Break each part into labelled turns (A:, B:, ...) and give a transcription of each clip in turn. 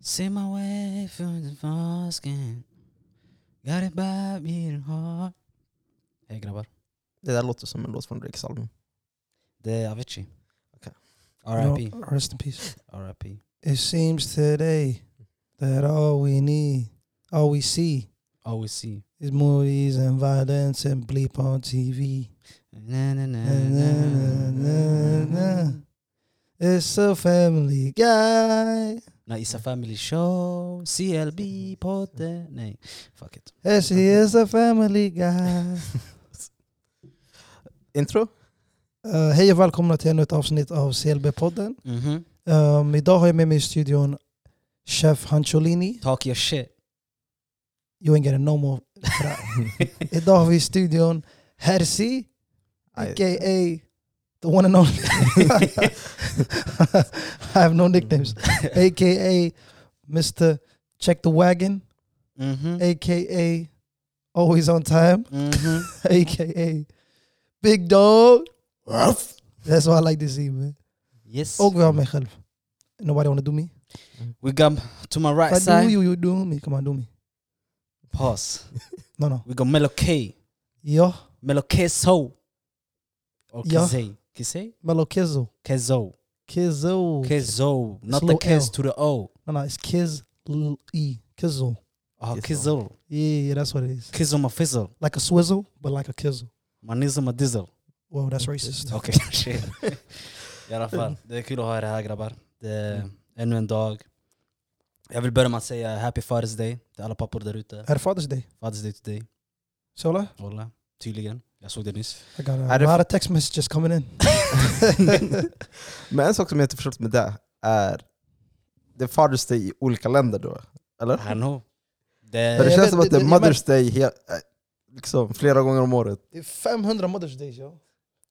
A: See my way through the foreskin Got it by beating heart Hej grabbar.
B: Det där låter som en låt från Drakes album.
A: Det är Avicii.
B: Okej.
A: R.I.P.
C: No, rest in peace.
A: R.I.P.
C: It seems today that all we need, all we see,
A: Always see.
C: is movies and violence and bleep on TV.
A: Na, na, na,
C: Na, na, na, na, na. It's a family guy.
A: Nej, It's a family show, CLB, podden. Nej, fuck it.
C: Yes, he is a family guy.
B: Intro?
C: Eh, hej och välkomna till ännu ett avsnitt av CLB-podden.
A: Mhm.
C: Ehm, idag har jag med mig i studion Chef Hancholini.
A: Talk your shit.
C: You ain't getting no more. for that. idag har vi i studion Hersi,
B: I-
C: a.k.a. the one and only. I have no nicknames. a.k.a. Mr. Check the Wagon,
A: Mhm.
C: a.k.a. Always on Time,
A: Mhm.
C: a.k.a. Big Dog. That's what I like to see man.
A: Yes.
C: Och vi har mig själv. Nobody wanna do me.
A: We come to my right
C: If I do
A: side.
C: you, you do me. Come on, do me.
A: Pass.
C: No, no.
A: We go Mellow K.
C: Ja,
A: Mellow K-Soul. Or
C: Ja.
A: Kizay. Kizay?
C: Mello Kizzo.
A: Kezo.
C: Kizzo.
A: Kezo. Not the
C: little
A: Kez
C: L.
A: to the O.
C: No, no, it's Kiz L E. Kizzo.
A: Oh,
B: Kizzo.
A: Kizzo.
C: Yeah, yeah, that's what it is.
A: Kizzo my fizzle.
C: Like a swizzle, but like a kizzle.
A: My nizzle my dizzle.
C: Wow, that's racist.
A: Okej, shit. I alla fall, det är kul att ha er här grabbar. Det är ännu en dag. Jag vill börja med att säga happy Father's Day till alla pappor där ute.
C: Är det Father's Day?
A: Father's Day today.
C: Sola?
A: Walla, tydligen. Jag såg det nyss.
C: I got
B: Är
C: a
B: det
C: lot of text messages coming in.
B: Men en sak som jag inte förstått med det är, det är Father's Day i olika länder då, eller?
A: I know.
B: För det
A: Det,
C: jag
B: känns
C: vet,
B: som att det
C: det-
B: är
C: det- jag Eh, men-
B: Mother's Day he, liksom, flera gånger om året.
C: Det är 500 Mother's Days, yo.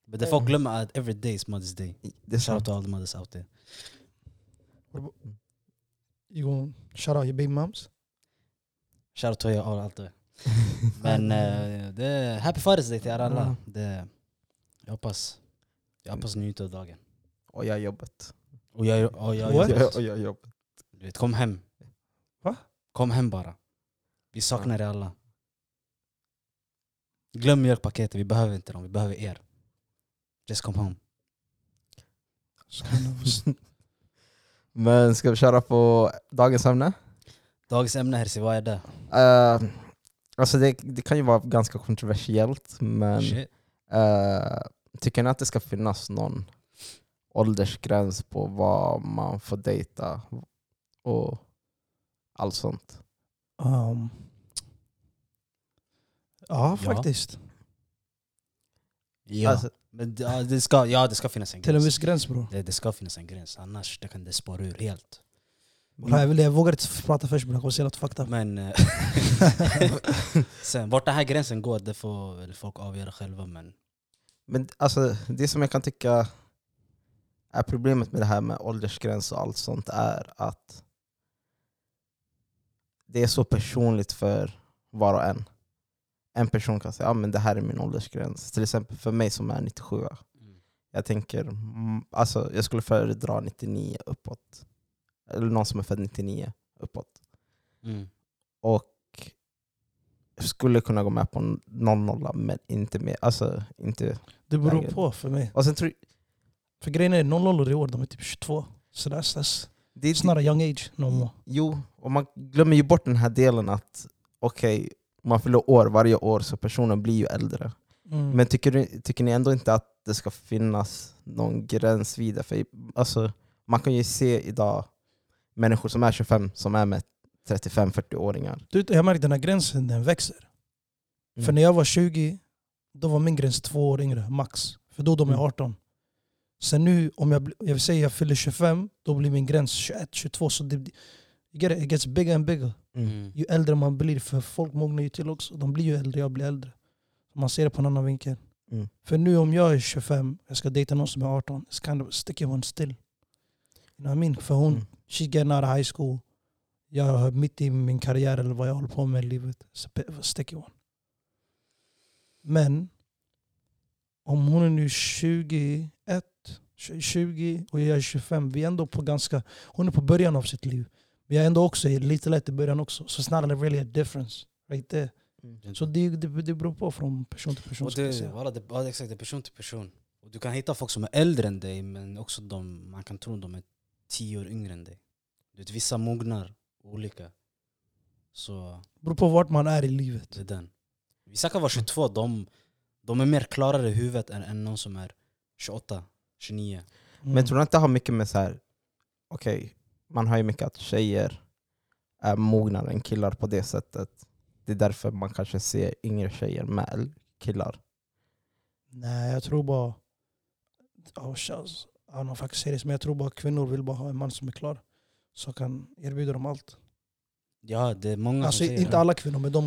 A: men det folk glömmer att every day is Mother's Day.
B: Det är
A: Shout out
B: sant.
A: to all the mothers out there.
C: You gonna shout out your baby moms?
A: Shout out to you all out there. Men eh, det är happy Father's Day till er alla. Det, jag hoppas, jag hoppas ni njuter av dagen.
B: Och jag har jobbat.
A: Och jag, och jag,
C: What?
B: Jag- Och jag har jobbat.
A: Du vet, kom hem.
C: Va?
A: Kom hem bara. Vi saknar er alla. Glöm mjölkpaketet, vi behöver inte dem. Vi behöver er. Just come home.
C: It's kind of-
B: Men ska vi köra på dagens ämne?
A: Dagens ämne Herzi, vad är det?
B: Eh, alltså det, det kan ju vara ganska kontroversiellt, men
A: Shit.
B: eh, tycker ni att det ska finnas någon åldersgräns på vad man får dejta och allt sånt?
C: um,
A: Ja.
C: ja, faktiskt.
A: Ja.
B: Alltså,
A: Men det, ja, det ska, ja, det ska finnas en
C: Till en
A: gräns.
C: viss gräns bror.
A: Det, det ska finnas en gräns, annars det kan det spåra ur helt.
C: Wallah, Jag vill- jag vågar inte prata först bror, jag kommer säga något fucked up.
A: Men eh, sen, vart den här gränsen går, det får väl folk avgöra själva. Men
B: Men alltså, det som jag kan tycka är problemet med det här med åldersgräns och allt sånt är att det är så personligt för var och en. En person kan säga att men det här är min åldersgräns. Till exempel för mig som är 97. Jag tänker, mm, alltså jag skulle föredra 99 uppåt. Eller någon som är född 99 uppåt.
A: mm.
B: Och skulle kunna gå med på n- någon nolla men inte mer. Alltså, inte.
C: Det beror
B: Läget.
C: på för mig.
B: Och sen tror
C: För grejen är, nollor i år, de är typ 22. Så that's, that's,
B: det,
C: it's not a young age no more.
B: Jo, och man glömmer ju bort den här delen att okej, man fyller år varje år så personen blir ju äldre.
C: Mm.
B: Men tycker, du, tycker ni ändå inte att det ska finnas någon gräns vid det? För i- alltså, man kan ju se idag människor som är 25 som är med 35-40-åringar.
C: Du, jag märkte den här gränsen, den växer. Mm. För
B: Mm.
C: när jag var 20, då var min gräns två år yngre, max. För då de är
B: Mm.
C: 18. Sen nu, om jag, bli- jag vill säga jag fyller 25, då blir min gräns 21, 22. Så det, you get it, it gets bigger and bigger.
A: Mm.
C: Ju äldre man blir, för folk mognar ju till också. De blir ju äldre, jag blir äldre. Man ser det på en annan vinkel.
B: Mm.
C: För nu om jag är 25, jag ska dejta någon som är 18, it's kind of a sticky one still. You know what I mean? För hon,
B: Mm.
C: she getting out of high school. Jag är mitt i min karriär eller vad jag håller på med i livet. It's a bit of a sticky one. Men om hon är nu 21, 20 och jag är 25, vi är ändå på ganska... Hon är på början av sitt liv. Men jag är ändå också lite lätt i början också. Så it's not really a difference right there. Så det, det, det beror på från person till person.
A: Och
C: skulle jag
A: det,
C: säga.
A: bara det, bara exakt, det är person till person. Och du kan hitta folk som är äldre än dig men också de, man kan tro de är tio år yngre än dig. Du vet, vissa mognar olika. Så
C: beror på vart man är i livet.
A: det är den. Vissa kan vara 22, de, de är mer klarare i huvudet än, än någon som är 28, 29.
C: Mm.
B: Men tror du inte det har mycket med så här. okej, man har ju mycket att tjejer är mognare än killar på det sättet. Det är därför man kanske ser yngre tjejer med äldre killar.
C: Nej, jag tror bara... Oh, Charles, jag har faktiskt seriöst, men jag tror bara kvinnor vill bara ha en man som är klar. Som kan erbjuda dem allt.
A: Ja, det är många
C: Alltså
A: som säger
C: inte
A: det.
C: alla kvinnor, men de,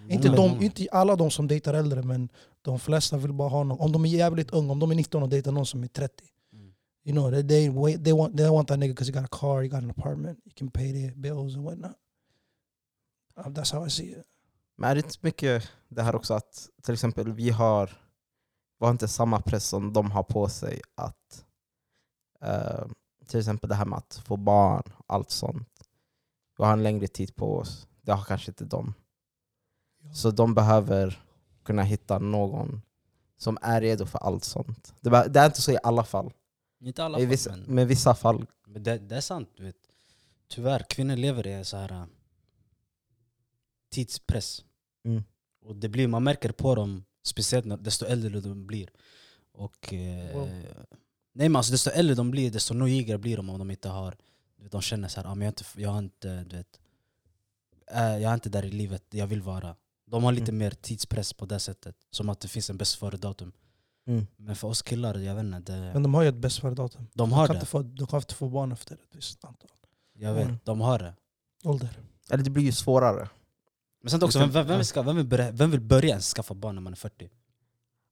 A: Många,
C: inte, de,
A: många.
C: inte alla de som dejtar äldre, men de flesta vill bara ha någon. Om de är jävligt unga, om de är 19 och dejtar någon som är 30.
A: Mm.
C: You know, they, they, wait, they, want, they want that nigga because he got a car, he got an apartment, he can pay their bills and whatnot. Uh, that's how I see it.
B: Men är det inte mycket det här också att till exempel vi har, vi har inte samma press som de har på sig att eh, till exempel det här med att få barn, allt sånt. Vi har en längre tid på oss. Det har kanske inte de. Så de behöver kunna hitta någon som är redo för allt sånt. Det, be- det är inte så i alla fall.
A: Inte alla
B: I
A: fall,
B: vissa,
A: men-
B: men vissa fall.
A: Men det, det är sant. Du vet. Tyvärr, kvinnor lever i så här eh, tidspress.
B: Mm.
A: Och det blir, man märker på dem, speciellt när, desto äldre de blir. Och, eh,
C: Wow.
A: Nej men alltså desto äldre de blir, desto nojigare blir de om de inte har... du vet, De känner så här, ah, men jag, har inte, jag, har inte, du vet, eh, jag är inte där i livet jag vill vara. De har lite
B: Mm.
A: mer tidspress på det sättet. Som att det finns en bäst före-datum.
B: Mm.
A: Men för oss killar, jag vet inte. Det,
C: Men de har ju ett bäst före-datum.
A: de
C: De
A: har
C: kan inte
A: det.
C: få- de kan inte få barn efter ett visst antal
A: Jag vet,
B: Mm.
A: de har det.
C: ålder.
B: Eller det blir ju svårare.
A: Men sen också, vem,
B: Just det.
A: vem, vem,
B: Ja.
A: ska, vem, vill börja, vem vill börja ens skaffa barn när man är 40?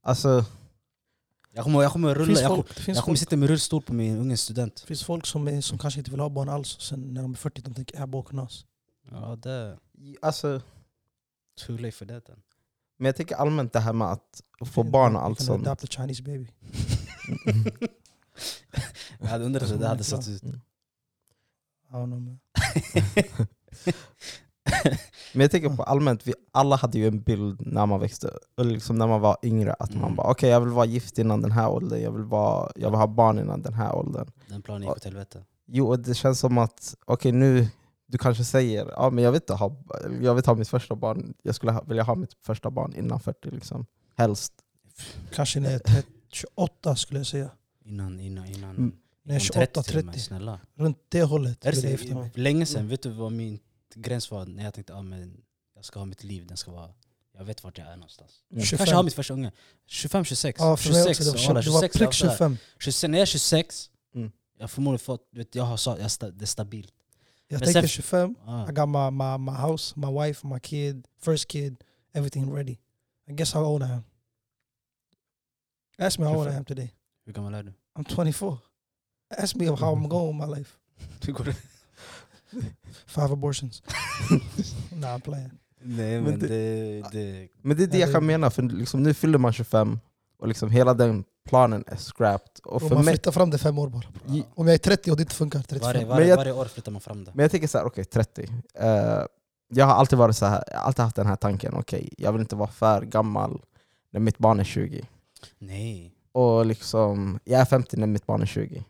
B: Alltså,
A: Jag kommer, jag kommer, rulla,
C: finns
A: jag,
C: folk,
A: kommer-
C: det finns
A: jag kommer
C: folk,
A: sitta med rullstol på min unge student.
C: det finns folk som, är, som kanske inte vill ha barn alls, och sen när de är 40 de tänker "Äh, jag bara knas.
A: Ja, det är
B: alltså,
A: too late for that. then.
B: men jag tänker allmänt det här med att få barn och allt
C: You can
B: sånt.
C: adopt a Chinese baby.
A: Jag hade undrat hur det hade sett ut.
C: Mm. I don't know, man.
B: Men jag tänker på allmänt, vi alla hade ju en bild när man växte eller liksom när man var yngre, att
A: Mm.
B: man bara okej jag vill vara gift innan den här åldern, jag vill, vara, jag vill ha barn innan den här åldern.
A: Den planen gick åt helvete.
B: Jo, och det känns som att okej nu, du kanske säger ja men jag vill inte ha, jag vill ha mitt första barn, jag skulle ha, vilja ha mitt första barn innan 40 liksom. Helst.
C: Kanske när jag är 30, 28 skulle jag säga.
A: Innan, innan, innan.
B: Mm.
C: När jag är
A: innan 30
C: 28,
A: till och med,
C: 30.
A: Snälla.
C: Runt det hållet
A: Är det
C: vill jag
A: så-
C: gifta mig.
A: länge sedan, vet du vad min gräns var? När jag tänkte ah, men jag ska ha mitt liv, den ska vara... Jag vet vart jag är någonstans.
B: Mm.
C: 25.
A: Kanske har mitt första unge. 25, 26.
C: Ja, för mig också. Det
A: 26,
C: var,
A: walla,
C: det var
A: 26, jag
C: prick
A: var sådär.
C: 25.
A: 26, när jag är 26,
B: Mm.
A: jag förmodligen fått, du vet, jag har sa- jag sta, det är stabilt.
C: Jag
A: Men sen-
C: tänkte 25,
A: Ah.
C: I got my, my, my house, my wife, my kid, first kid, everything ready. I guess how old I am. Ask me how old I am today.
A: Hur gammal är du?
C: I'm 24. Ask me how I'm going with my life.
A: Hur går det?
C: Five abortions. nah, I'm playing.
A: Nej
B: Men
A: men
B: det-
A: det... det
B: Men det är det
C: Ja,
B: jag
C: det-
B: kan mena, för liksom, nu fyller man 25 och liksom hela den planen är scrapped. Och
C: Bro,
B: för
C: man
B: mig,
C: flyttar fram det fem år bara.
A: ja.
C: Om jag är 30 och det inte funkar,
A: varje,
C: 35.
A: varje,
B: jag-
A: varje år flyttar man fram det.
B: Men jag tänker så här, okej 30. Eh, jag har alltid varit så här, jag har alltid haft den här tanken, okej jag vill inte vara för gammal när mitt barn är 20.
A: Nej.
B: Och liksom, jag är 50 när mitt barn är 20.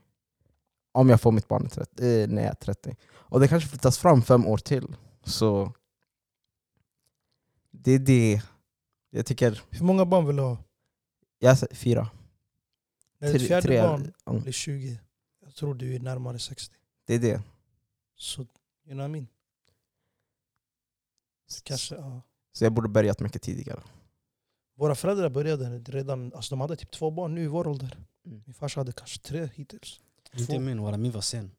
B: Om jag får mitt barn är 30, eh, när jag är 30. Och det kanske flyttas fram fem år till. Så det är det jag tycker.
C: Hur många barn vill du ha?
B: Jag är så- fyra.
C: När ditt fjärde
B: tre-
C: barn
B: mm,
C: blir 20, jag tror du är närmare 60.
B: Det är det.
C: Så, you know what I mean? Så kanske, ja.
B: Så jag borde börjat mycket tidigare.
C: Våra föräldrar började redan, alltså de hade typ två barn nu i vår ålder.
B: Mm.
C: Min farsa hade kanske tre hittills.
A: Inte
C: Två.
A: min, walla min var sen.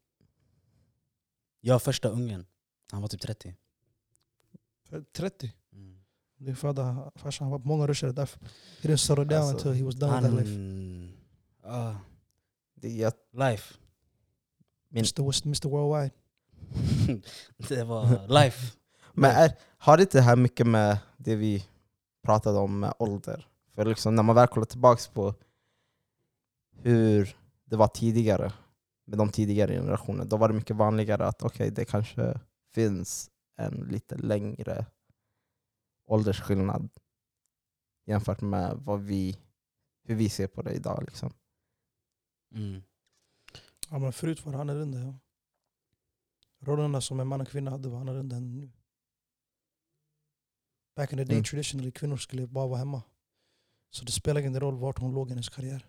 A: Jag första ungen, han var typ 30.
C: För 30.
A: Mm.
C: Din fader, farsan han var på många ruscher därför. He didn't settle down
B: Alltså,
C: until he was done with that life.
A: Han... ah,
B: Det, jag,
A: life.
B: min-
C: Mr. West, Mr. Worldwide.
A: det var life.
B: Men är, har det inte det här mycket med det vi pratade om med ålder? För liksom när man väl kollar tillbaka på hur det var tidigare, med de tidigare generationerna, då var det mycket vanligare att okej, det kanske finns en lite längre åldersskillnad jämfört med vad vi, hur vi ser på det idag. Liksom.
A: Mm.
D: Ja, men förut var det annorlunda. Ja. Rollerna som en man och kvinna hade var annorlunda än nu. Back in the day
B: Mm.
D: traditionally, kvinnor skulle bara vara hemma. Så det spelar ingen roll vart hon låg i hennes karriär.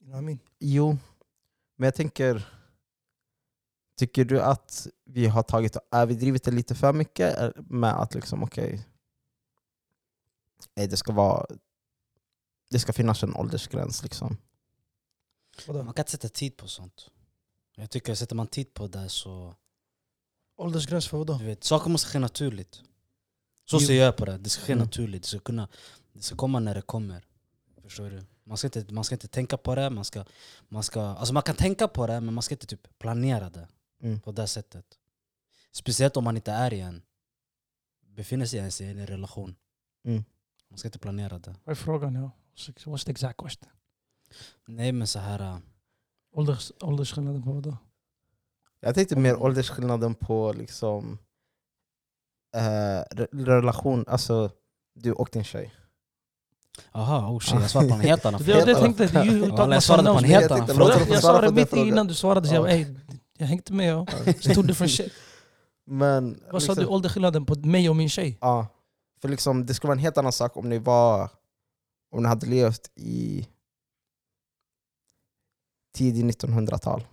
D: You know what I mean?
B: Jo, men jag tänker, tycker du att vi har tagit och överdrivit det lite för mycket eh, med att liksom okej, eh, det ska vara det ska finnas en åldersgräns liksom.
D: Vadå?
A: Man kan inte sätta tid på sånt. Jag tycker sätter man tid på det så...
D: Åldersgräns för vadå?
A: Du vet, saker måste ske naturligt. Så
B: Jo.
A: ser jag på det. Det ska ske
B: Mm.
A: naturligt. Det ska, kunna, det ska komma när det kommer. Förstår du? Man ska inte, man ska inte tänka på det. Man, ska, man, ska, alltså man kan tänka på det, men man ska inte typ planera det
B: Mm.
A: på det sättet. Speciellt om man inte är i en, befinner sig ens i en relation.
B: Mm.
A: Man ska inte planera det.
C: Vad är frågan? Ja. What's the exact question?
A: Nej men så här... äh,
C: Ålders, åldersskillnaden på vadå?
B: Jag tänkte mer åldersskillnaden på liksom eh, re- relation, alltså du och din tjej.
A: Aha, oh shit. Jag svarade på en helt annan
C: Det var det jag
A: fråga.
C: tänkte. You talked
A: Wallah,
C: my
A: Jag svarade på en
C: son down.
A: helt
B: Jag
A: annan
B: tänkte-
A: fråga.
B: Låt
C: Jag,
B: honom
C: jag
B: svara
C: sa det
B: på den
C: mitt i
B: frågan.
C: innan du svarade. Så jag,
B: Ja.
C: ey, jag hängde med. Ja.
B: Ja.
C: Stor different shit.
B: Men,
C: Vad sa
B: liksom-
C: du åldersskillnaden på mig och min tjej?
B: Ja. För liksom, det skulle vara en helt annan sak om ni var om ni hade levt i tidigt 1900-tal.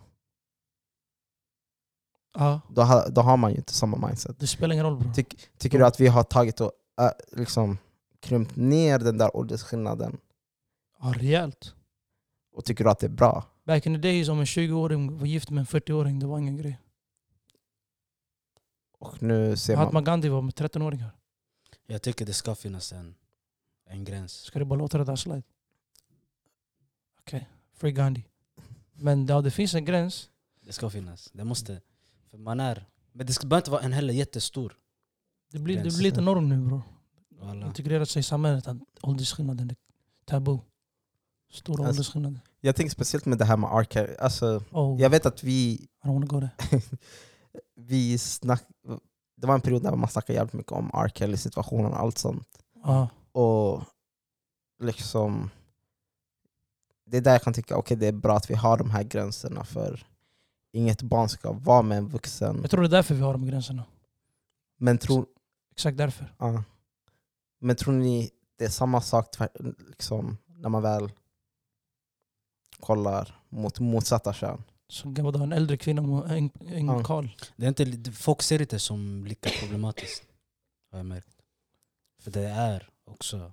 D: Ah.
C: Ja.
B: Då, ha, då har man ju inte samma mindset.
C: Det spelar ingen roll bror.
B: Tyck, tycker du att vi har tagit och äh, liksom, krympt ner den där åldersskillnaden?
C: Ja, rejält.
B: Och tycker du att det är bra?
C: Back in the days om en 20-åring var gift med en 40-åring, det var ingen grej.
B: Och nu ser man...
C: Mahatma Gandhi var med 13-åringar.
A: Jag tycker det ska finnas en, en gräns.
C: Ska du bara låta det där slide? Okej, free Gandhi. Men ja, det finns en gräns.
A: Det ska finnas. Det måste. För man är... Men det ska behöver inte vara en heller jättestor.
C: Det blir, det
A: Gräns.
C: blir lite norm nu bror.
A: Voilà.
C: Integrerat sig i samhället att åldersskillnaden är tabu. Stora
B: Alltså-
C: åldersskillnader.
B: Jag tänker speciellt med det här med archive. Alltså,
C: Oh,
B: jag vet att vi,
C: I don't wanna go there.
B: vi snack, Det var en period där man snackade jävligt mycket om R. Kelly-situationen och allt sånt. Mm.
C: Ja,
B: Och liksom... Det är där jag kan tycka okej det är bra att vi har de här gränserna för inget barn ska vara med en vuxen.
C: jag tror det är därför vi har de gränserna.
B: Men tror,
C: Exakt därför.
B: ja. men tror ni det är samma sak tvär- liksom, när man väl kollar mot motsatta kön?
C: Så vadå, en äldre kvinna och en
B: Ja.
C: en karl.
A: Det är inte, det- folk ser inte det som lika problematiskt. Har jag märkt. För det är också...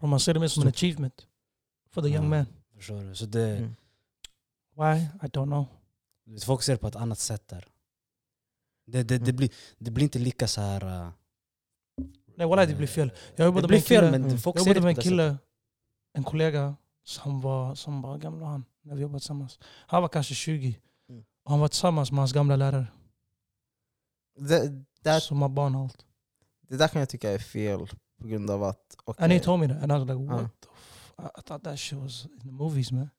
C: Om man ser det mer som en achievement. For the young
A: Ja.
C: man.
A: Förstår du? Så det,
B: Mm.
C: Why? I don't know.
A: Folk ser det på ett annat sätt där. Det, det,
C: Mm.
A: det, blir, det blir inte lika så här... eh, äh,
C: Nej walla det blir fel. Jag jobbade
A: Det
C: med
A: blir
C: en kille-
A: fel men
B: Mm.
A: folk
C: Jag
A: ser
C: jobbade
A: det
C: med
A: på
C: en
A: det sättet.
C: kille, en kollega som var, som var gamla han, när vi jobbade tillsammans. Han var kanske 20.
B: Mm.
C: Och han var tillsammans med hans gamla lärare.
B: Det, där,
C: Som har barn och allt.
B: det där kan jag tycka är fel på grund av att... okej,
C: And he told me that. And I was like
A: Ah.
B: Ja.
C: what the f- I, I thought that shit was in the movies man.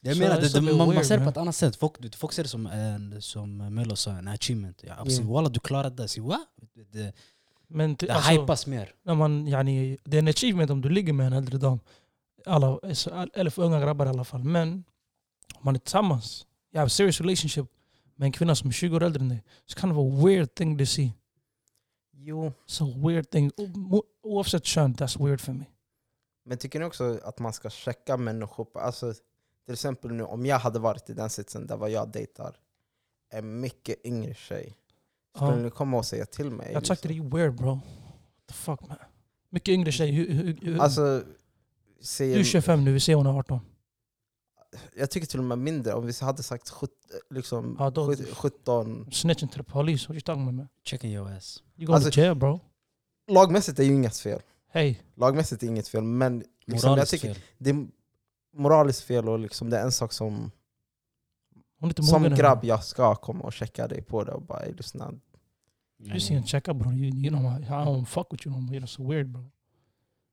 A: Jag
C: Så
A: menar,
C: det är
A: det,
C: så
A: det, man, man
C: weird,
A: ser det
C: man.
A: på ett annat sätt. Folk, du- folk ser det som, en, som Melo sa, en achievement. Ja, absolut.
B: Mm.
A: Walla, du klarade det. Så, va? Det, det,
C: Men t-
A: det
C: alltså,
A: hypas mer.
C: när man, yani, det är en achievement om du ligger med en äldre dam. Alla, alltså, all- eller för unga grabbar i alla fall. Men om man är tillsammans, jag har en serious relationship med en kvinna som är 20 år äldre än dig. It's kind of a weird thing to see.
B: Jo,
C: It's a weird thing. O- mo- Oavsett kön, that's weird för mig.
B: Men tycker ni också att man ska checka människor? På, alltså, till exempel nu om jag hade varit i den sitsen där vad jag dejtar en mycket yngre tjej. Skulle
C: Ja.
B: ni komma och säga till mig? liksom?
C: Jag tyckte det är weird bro. What the fuck man. Mycket yngre tjej. Hur, hur, hur,
B: Alltså, säger,
C: du är 25 nu, vi ser hon är 18.
B: jag tycker till och med mindre. Om vi hade sagt sjut- liksom,
C: Ja, då-
B: sjut- 17...
C: Snitchen till polis. What you talking about man?
A: Checking your ass.
C: You go
B: Alltså-
C: to jail bro.
B: Lagmässigt är ju inget fel.
C: Hey.
B: Lagmässigt är inget fel, men liksom, jag
A: Moraliskt
B: tycker
A: fel.
B: det är moraliskt fel och liksom, det är en sak som,
C: Hon är inte
B: som
C: mogen än.
B: grabb jag ska komma och checka dig på det och bara "Ey, lyssna.
C: You see and check up bro. You, you know I I don't fuck with you no more. You're so weird bro.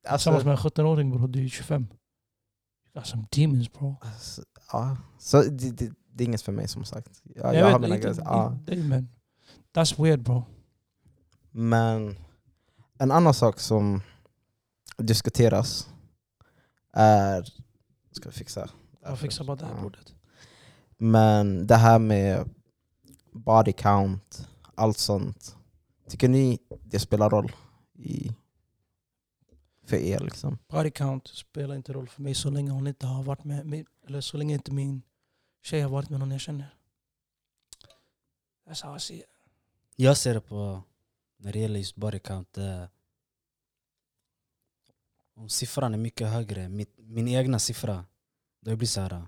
B: Alltså,
C: Tillsammans med en 17-åring bror, du är 25. You Got some demons bro.
B: Alltså, ja. Så det, det, det är inget för mig som sagt. Ja,
C: Jag
B: jag har
C: vet
B: mina
C: inte,
B: gränser. Ja.
C: det- men That's weird bro.
B: Men en annan sak som diskuteras är... Ska vi fixa?
C: Jag fixar bara det här
B: Ja.
C: bordet.
B: Men det här med body count, allt sånt. Tycker ni det spelar roll i, för er? liksom?
C: Body count spelar inte roll för mig så länge hon inte har varit med, med eller så länge inte min tjej har varit med någon jag känner. "Alltså, That's how I see it.
A: Jag ser det på, när det gäller just body count, det är- om siffran är mycket högre, än mitt, min egna siffra, då blir det så här. eh,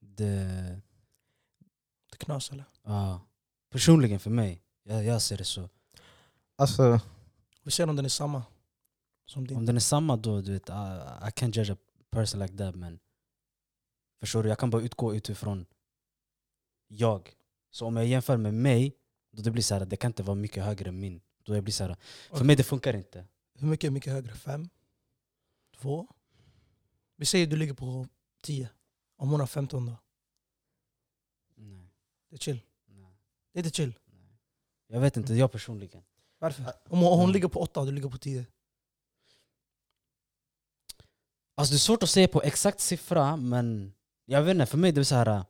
A: Det,
C: Det knas eller?
A: ja, personligen för mig, jag, jag ser det så.
B: Alltså,
C: Vi ser om den är samma som din.
A: Om den är samma då, du vet, I, I can't judge a person like that men Förstår du? Jag kan bara utgå utifrån jag. Så om jag jämför med mig, då det blir så här, det kan inte vara mycket högre än min. Då jag blir så här, för
C: Okej.
A: mig det funkar inte.
C: Hur mycket är mycket högre? Fem? Två? Vi säger du ligger på tio. Om hon har femton då?
A: Nej,
C: Det är chill.
A: nej,
C: Det är inte chill.
A: nej. Jag vet inte, jag personligen.
C: Varför? Om hon, hon
A: Mm.
C: ligger på åtta och du ligger på tio.
A: Alltså det är svårt att säga på exakt siffra men jag vet inte, för mig det är så här,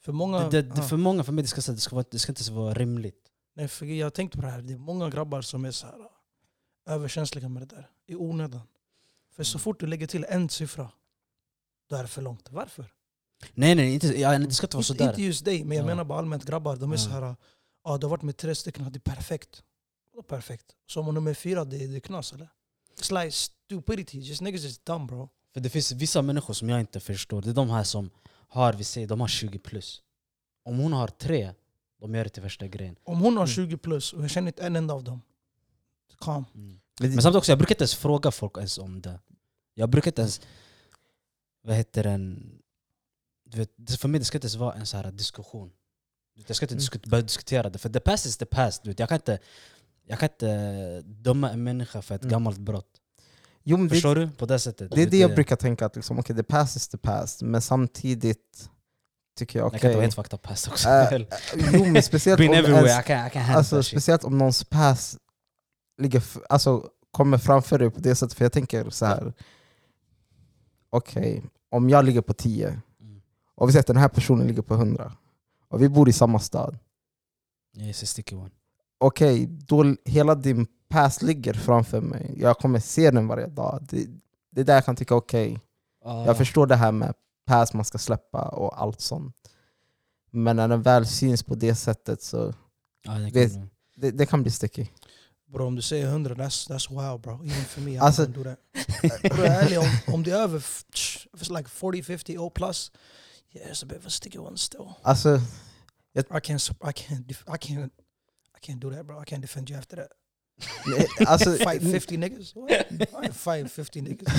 C: För många...
A: det, det, det,
C: Ja.
A: för många för mig det ska, så här, det ska, vara, det ska inte vara rimligt.
C: Nej, för jag tänkte på det här. Det är många grabbar som är så här, äh, överkänsliga med det där. I onödan. För så
A: Mm.
C: fort du lägger till en siffra, då är det för långt. Varför?
A: Nej nej, inte, ja, det ska inte vara
C: Inte, inte
A: sådär.
C: just dig, men jag
A: Ja.
C: menar bara allmänt grabbar. De är så
A: Ja.
C: här, ja, du har varit med tre stycken, det är perfekt. Vadå perfekt? Så om man är nummer fyra, det, det är knas eller? It's like stupidity, just niggas is dumb bro.
A: För det finns vissa människor som jag inte förstår. Det är de här som har, vi säger, de har 20 plus. Om hon har tre, de gör det till värsta grejen.
C: Om hon har
B: Mm.
C: 20 plus och jag känner inte en enda av dem, calm.
B: Mm.
A: Men samtidigt också, jag brukar inte ens fråga folk ens om det. Jag brukar inte ens, vad heter den, du vet, det- för mig det ska inte ens vara en så här diskussion. Du vet, Jag ska inte
B: Mm.
A: diskut- börja diskutera det, för the past is the past. Du vet. Jag, kan inte, jag kan inte döma en människa för ett
B: Mm.
A: gammalt brott.
B: jo, men det,
A: Förstår du? På det sättet.
B: det är
A: Du
B: det
A: vet,
B: jag brukar tänka, att liksom, okay, the past is the past, men samtidigt tycker jag...
A: Jag kan inte vara
B: Okay,
A: helt fucked up past också.
B: Äh, jo, men speciellt,
A: Been
B: om
A: everywhere,
B: ens,
A: I can, I can handle
B: alltså,
A: that shit.
B: speciellt om någons past ligger, f- alltså, kommer framför dig på det sättet, för jag tänker så här. Okej, om jag ligger på 10,
A: Mm.
B: Och vi säger att den här personen ligger på 100. Och vi bor i samma stad.
A: Yes, a sticky one.
B: Okej, då hela din pass ligger framför mig. Jag kommer se den varje dag. Det, det är där jag kan tycka, okej, jag förstår det här med pass man ska släppa och allt sånt. Men när den väl syns på det sättet så
A: Ja, Ah, det
B: Vet-
A: kan-
B: det, det kan bli sticky.
C: Bro, om du säger 100, that's, that's wow bro. Even for me, I
B: Alltså-
C: wouldn't do that. Bro, ärligt, om, om det är över f- tsch, if it's like 40, 50 or plus, yeah it's a bit of a sticky one still.
B: Alltså,
C: I can't, sup- I can't, def- I can't, I can't do that bro. I can't defend you after that.
B: ne- alltså,
C: Fight 50 niggas? What? I ain't fighting 50 niggas.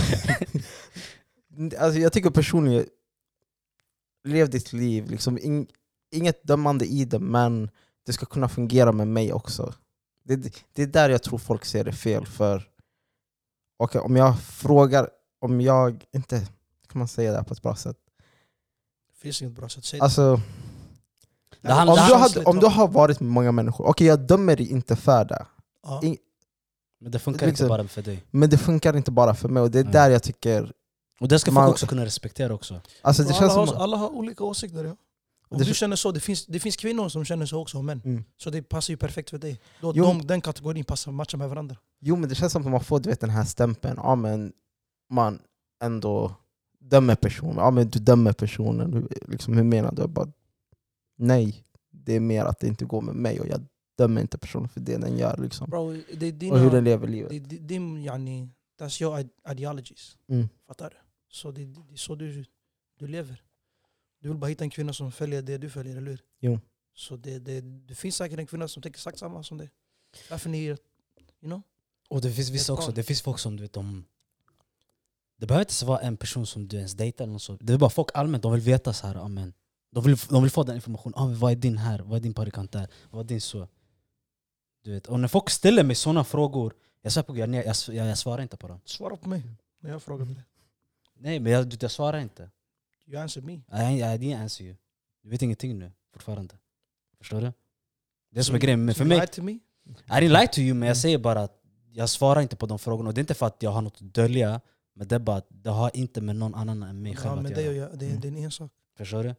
B: alltså jag tycker personligen, lev ditt liv. Liksom, ing- inget dömande i det, men det ska kunna fungera med mig också. Det, det är där jag tror folk ser det fel. För okej, Om jag frågar, om jag inte... Kan man säga det här på ett bra sätt?
C: Det finns inget bra sätt att säga det.
B: Alltså,
A: Det handlar-
B: om,
A: det
B: du
A: handlar-
B: hade, om du har varit med många människor, okej jag dömer dig inte för det.
C: Ja.
A: Men det funkar
B: liksom-
A: inte bara för dig.
B: Men det funkar inte bara för mig och det är
A: Nej.
B: där jag tycker...
A: Och det ska
B: Man-
A: folk också kunna respektera också.
B: Alltså, det
C: alla,
B: känns som,
C: har, alla har olika åsikter. Ja. Om
B: Det
C: du
B: kän-
C: känner så, det finns, det finns kvinnor som känner så också, och män.
B: Mm.
C: Så det passar ju perfekt för dig. Då,
B: Jo.
C: de, den kategorin passar, matchar med varandra.
B: Jo men det känns som att man får du vet, den här stämpeln, ja men man ändå dömer personen, ja men du dömer personen, Hur- liksom, hur menar du? Jag bara, nej, det är mer att det inte går med mig och jag dömer inte personen för det den gör liksom.
C: Bro, nou- det är dina,
B: och hur den lever livet.
C: det, det, din, yani, that's your ide- ideologies.
B: Mm.
C: Fattar du? Så det, det, det är så du, du lever. Du vill bara hitta en kvinna som följer det du följer, eller hur?
B: Jo.
C: Så det, det, det finns säkert en kvinna som tänker exakt samma som dig. Därför ni, you know?
A: Och det finns vissa
C: Ett
A: också,
C: par.
A: det finns folk som du vet om... Det behöver inte vara en person som du ens dejtar eller något sånt. Det är bara folk allmänt, de vill veta så här, amen. De vill, de vill få den informationen. Ah, men vad är din här? Vad är din parikant där? Vad är din så? Du vet. Och när folk ställer mig sådana frågor, jag svär på gud, jag, jag, jag, jag svarar inte på dem. Mm.
C: Svara på mig när jag frågar dig.
A: Nej men jag, du- jag svarar inte.
C: You answer me.
A: I, I didn't answer you. Du vet ingenting nu, fortfarande. Förstår du? Det är som är grejen. Men
C: So
A: för
C: you
A: mig,
C: lied to me?
A: I didn't lie to you men jag
E: Mm.
A: säger bara att jag svarar inte på de frågorna. Och det är inte för att jag har något att dölja. Men det är bara att det har inte med någon annan än mig
C: Ja,
A: själv
C: men
A: att Mm.
C: det,
A: göra.
C: är ju- det, är- det är en sak.
A: Förstår du?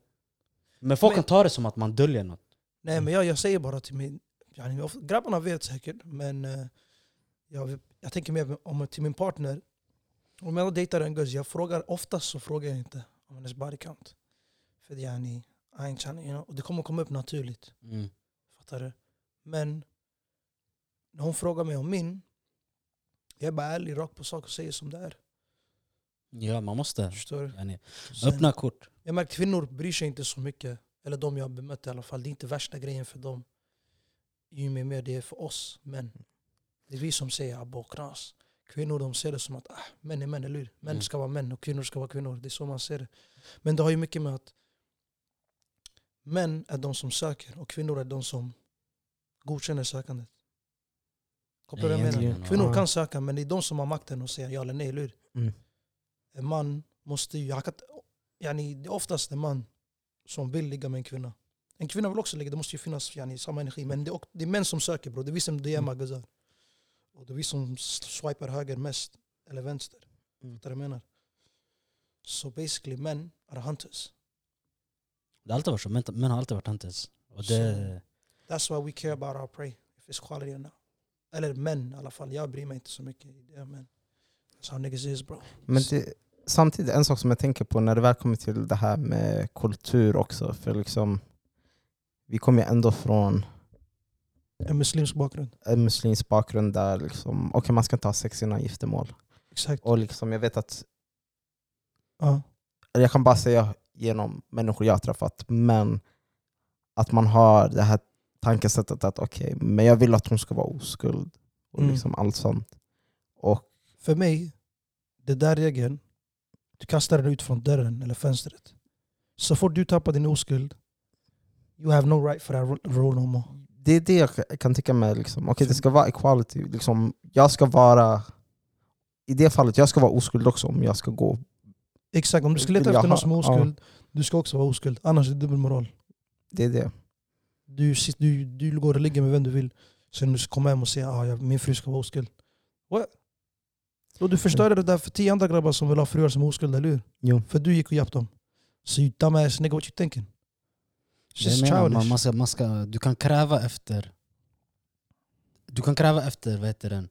A: Men folk
C: Men-
A: kan ta det som att man döljer något.
C: Nej men jag, jag säger bara till min... yani, of- Grabbarna vet säkert men eh, jag, vet- jag tänker mer om till min partner. Om jag dejtar en guzz, jag frågar oftast så frågar jag inte om hennes body count. För det är ni, you know, och det kommer komma upp naturligt.
A: Mm.
C: Fattar du? Men när hon frågar mig om min, jag är bara ärlig, rakt på sak och säger som det är.
A: Ja, man måste.
C: Förstår du?
A: Yani,
C: Sen-
A: Öppna kort.
C: Jag märker att kvinnor bryr sig inte så mycket. Eller de jag bemött i alla fall. Det är inte värsta grejen för dem. I och med mer det är för oss män. Det är vi som säger abba och knas. Kvinnor de ser det som att ah, män är män, eller hur? Män
A: Mm.
C: ska vara män och kvinnor ska vara kvinnor. Det är så man ser det. Men det har ju mycket med att män är de som söker och kvinnor är de som godkänner sökandet. Kopplar du vad jag menar?
A: Egentligen,
C: Kvinnor
A: ja.
C: kan söka men det är de som har makten att säga ja eller nej, eller hur?
B: Mm.
C: En man måste ju... han kan inte- Yani, det är oftast en man som vill ligga med en kvinna. En kvinna vill också ligga, det måste ju finnas yani, samma energi. Men det är, också, det är män som söker bro, det är vi som
B: Mm.
C: DMar guzzar. Och det är vi som s- swipar höger mest, eller vänster.
B: Mm.
C: Fattar du vad jag menar? Så basically, män är hunters.
A: Det har alltid varit så. Män, män har alltid varit hunters. Och det,
C: That's why we care about our prey, if it's quality or not. Eller män i alla fall, jag bryr mig inte så mycket. i det, men That's how niggas is bro.
B: Men det, samtidigt, en sak som jag tänker på när det väl kommer till det här med kultur också, för liksom vi kommer ju ändå från
C: En muslimsk bakgrund.
B: en muslimsk bakgrund där liksom, okej man ska inte ha sex innan giftermål.
C: Exakt.
B: Och liksom, jag vet att,
C: Ja.
B: eller jag kan bara säga genom människor jag har träffat, men att man har det här tankesättet att okej, men jag vill att hon ska vara oskuld och
C: Mm.
B: liksom allt sånt. Och
C: För mig, det där regeln, du kastar den ut från dörren eller fönstret. Så fort du tappar din oskuld, you have no right for that ro- role no more.
B: det är det jag kan tycka med, liksom. okej det ska vara equality, liksom, jag ska vara, i det fallet, jag ska vara oskuld också om jag ska gå.
C: Exakt, om du ska leta
B: Vill jag
C: efter någon
B: ha-
C: som är oskuld, du ska också vara oskuld. Annars är det dubbelmoral.
B: Det är det.
C: Du, sit- du, du går och ligger med vem du vill, sen du ska komma hem och säga ah, jag- min fru ska vara oskuld. What? Och du förstörde det där för tio andra grabbar som vill ha fruar som är oskulda, eller hur?
B: Jo.
C: För du gick och hjälpte dem. So you dumbass nigga, what you thinking? It's
A: jag
C: just
A: menar, man,
C: childish.
A: man ska, man ska, du kan kräva efter... Du kan kräva efter, vad heter den?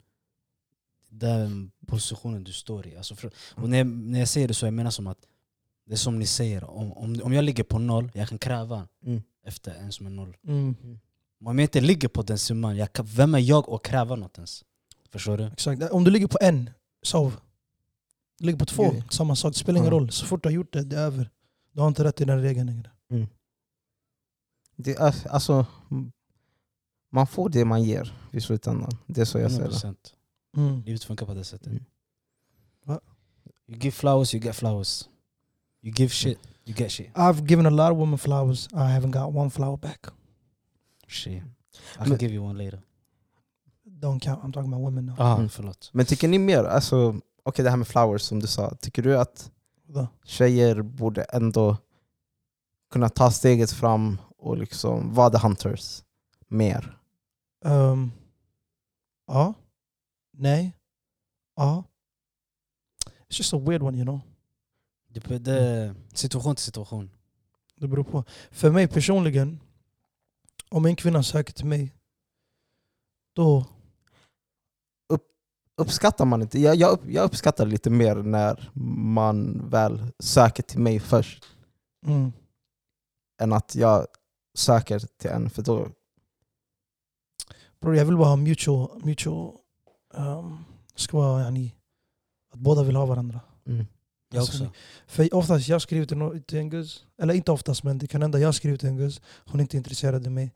A: Den positionen du står i. Alltså för, och när, jag- när jag säger det så, jag menar som att det är som ni säger, om, om, om jag ligger på noll, jag kan kräva
B: Mm.
A: efter en som är noll.
C: Mm,
A: Men Om jag inte ligger på den summan, jag kan, vem är jag att kräva något ens? Förstår du?
C: exakt. Om du ligger på en, sov. Du ligger på två,
B: Okej.
C: samma sak. Det spelar ingen
B: Ja.
C: roll. Så fort du har gjort det, det är över. Du har inte rätt till den regeln längre.
B: det är, alltså, man får det man ger i slutändan. Det är så jag ser det.
A: 100%.
C: Mm.
A: Livet funkar på det sättet.
B: Mm.
C: Va?
A: You give flowers, you get flowers. You give shit, you get shit.
C: I've given a lot of women flowers. I haven't got one flower back.
A: shit. I can
B: Men-
A: give you one later.
C: Don't count. I'm talking about women now.
A: Ah,
B: Mm.
A: förlåt.
B: Men tycker ni mer, alltså, okej det här med flowers som du sa, tycker du att
C: Vadå?
B: tjejer borde ändå kunna ta steget fram och liksom vara the hunters mer?
C: Ehm, ja. Nej. Ja. It's just a weird one, you know.
A: Det, be- det, situation till situation.
C: Det beror på. För mig personligen, om en kvinna söker till mig, då...
B: Uppskattar man inte? Jag, jag, upp- jag uppskattar lite mer när man väl söker till mig först
C: Mm,
B: än att jag söker till en, för då
C: Bror jag vill bara ha mutual... mutual um, ska vara yani, att båda vill ha varandra.
B: mm.
A: Jag
C: Alltså,
A: också.
C: För oftast jag skriver till, no- till en guzz, eller inte oftast men det kan hända jag skriver till en guzz, hon är inte intresserad av mig,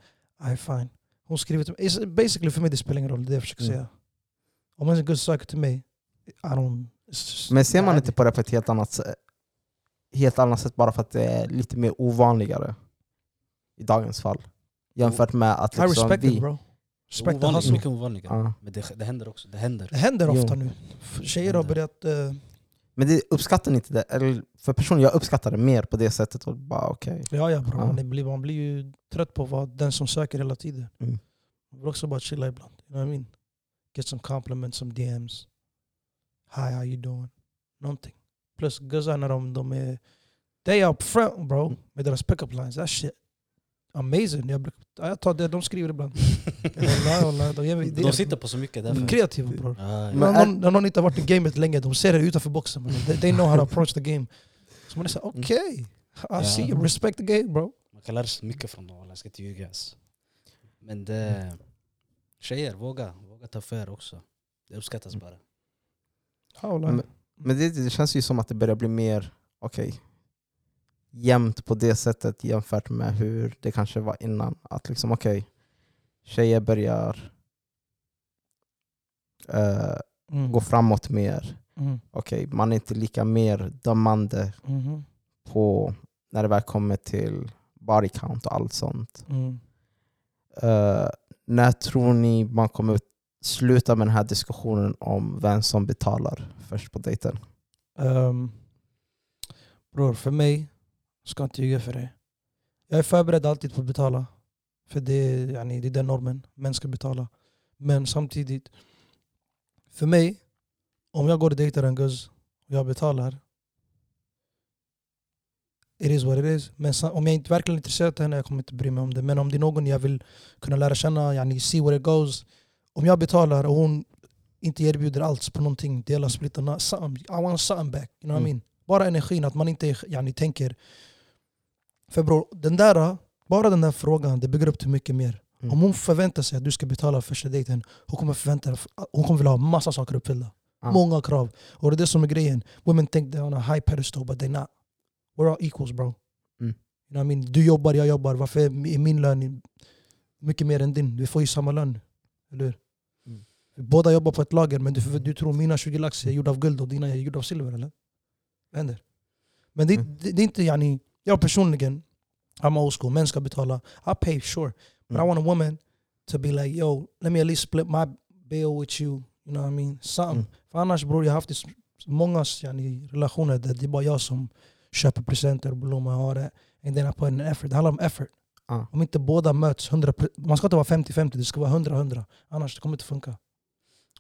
C: I fine. Hon skriver till mig, It's- basically för mig det spelar ingen roll, det är det jag försöker
B: Mm.
C: säga. Om en guzz söker till mig, I don't... it's just-
B: Men ser man
C: Nej,
B: inte på det på ett helt annat, sä- helt annat sätt bara för att det är lite mer ovanligare i dagens fall? Jämfört med att
C: I
B: liksom
C: respect it
B: vi...
C: bro.
A: Det är
C: Respect the
A: ovanligt,
C: hustle.
A: mycket ovanligare.
B: Ja.
A: Men det, det händer också. Det händer.
C: Det händer
B: Jo.
C: ofta nu. F- Tjejer har
A: Händer.
C: börjat eh,
B: Men det uppskattar ni inte det? Eller för personligen, jag uppskattar det mer på det sättet. Och bara, okay.
C: Ja, ja bro.
B: Ja.
C: Man, blir, man blir ju trött på vad den som söker hela tiden.
B: Mm.
C: Man vill också bara chilla ibland. You know what I mean? Get some compliments, some DMs. Hi, how you doing? Någonting. Plus guzzar när de, de är... They are up front bro. Med deras pickup lines. That shit. Amazing. Jag, brukar- ja, jag tar det de skriver ibland. Wallah, wallah, de, ger mig, det
A: De sitter på så mycket därför.
C: är kreativa bror.
A: Ah,
B: Men
A: ja.
C: När
B: är-
C: någon, när någon inte har varit i gamet länge, de ser det utanför boxen. bro. They, they know how to approach the game. Så man är såhär, okej. I see you. Respect the game bro.
A: Man kan lära sig mycket från dem, wallah, jag ska inte ljuga. alltså. Men det... Tjejer, våga. Våga ta för er också. Det uppskattas bara.
C: Ja, wallah.
B: Men- Men det, det känns ju som att det börjar bli mer okej, jämnt på det sättet jämfört med hur det kanske var innan. Att liksom okej, tjejer börjar eh,
C: Mm.
B: gå framåt mer.
C: Mm.
B: Okej, man är inte lika mer dömande
C: Mhm.
B: på när det väl kommer till body count och allt sånt.
C: Mm.
B: Eh, när tror ni man kommer sluta med den här diskussionen om vem som betalar först på dejten?
C: Ehm, bror, för mig, ska inte ljuga för dig. Jag är förberedd alltid på att betala. För det är, yani, det är den normen, män ska betala. Men samtidigt, för mig, om jag går och dejtar en guzz och jag betalar, it is what it is. Men sa- om jag inte verkligen är intresserad av henne, jag kommer inte bry mig om det. Men om det är någon jag vill kunna lära känna, yani, see where it goes. Om jag betalar och hon inte erbjuder alls på någonting, delar splittarna. Something, I want something back. You know what
B: Mm.
C: I mean? Bara energin, att man inte yani, tänker. För bror, den där, bara den där frågan, det bygger upp till mycket mer.
B: Mm.
C: Om hon förväntar sig att du ska betala första dejten, hon kommer förvänta hon kommer vilja ha massa saker uppfyllda.
B: Ja.
C: Många krav. Och det är det som är grejen. Women think they're on a high pedestal, but they're not. We're all equals bro.
B: Mm.
C: You know what I mean? Du jobbar, jag jobbar. Varför är mi- min lön mycket mer än din? Vi får ju samma lön. Eller hur?
B: Mm.
C: Vi Båda jobbar på ett lager, men du, du tror mina 20 lax är gjorda av guld och dina är gjorda av silver, eller? Vad händer? Men det,
B: Mm.
C: det, det är inte yani... Jag personligen, I'm old school. Män ska betala. I pay, sure. But I
B: Mm.
C: want a woman to be like, yo, let me at least split my bill with you. You know what I mean? Something.
B: Mm.
C: För annars bror, jag har haft s- många yani, relationer där det är bara jag som köper presenter, blommor, har det. And then I put in effort. Det handlar om effort.
B: Ja.
C: Om inte båda möts, 100, man ska inte vara 50-50, det ska vara 100-100. Annars det kommer inte funka.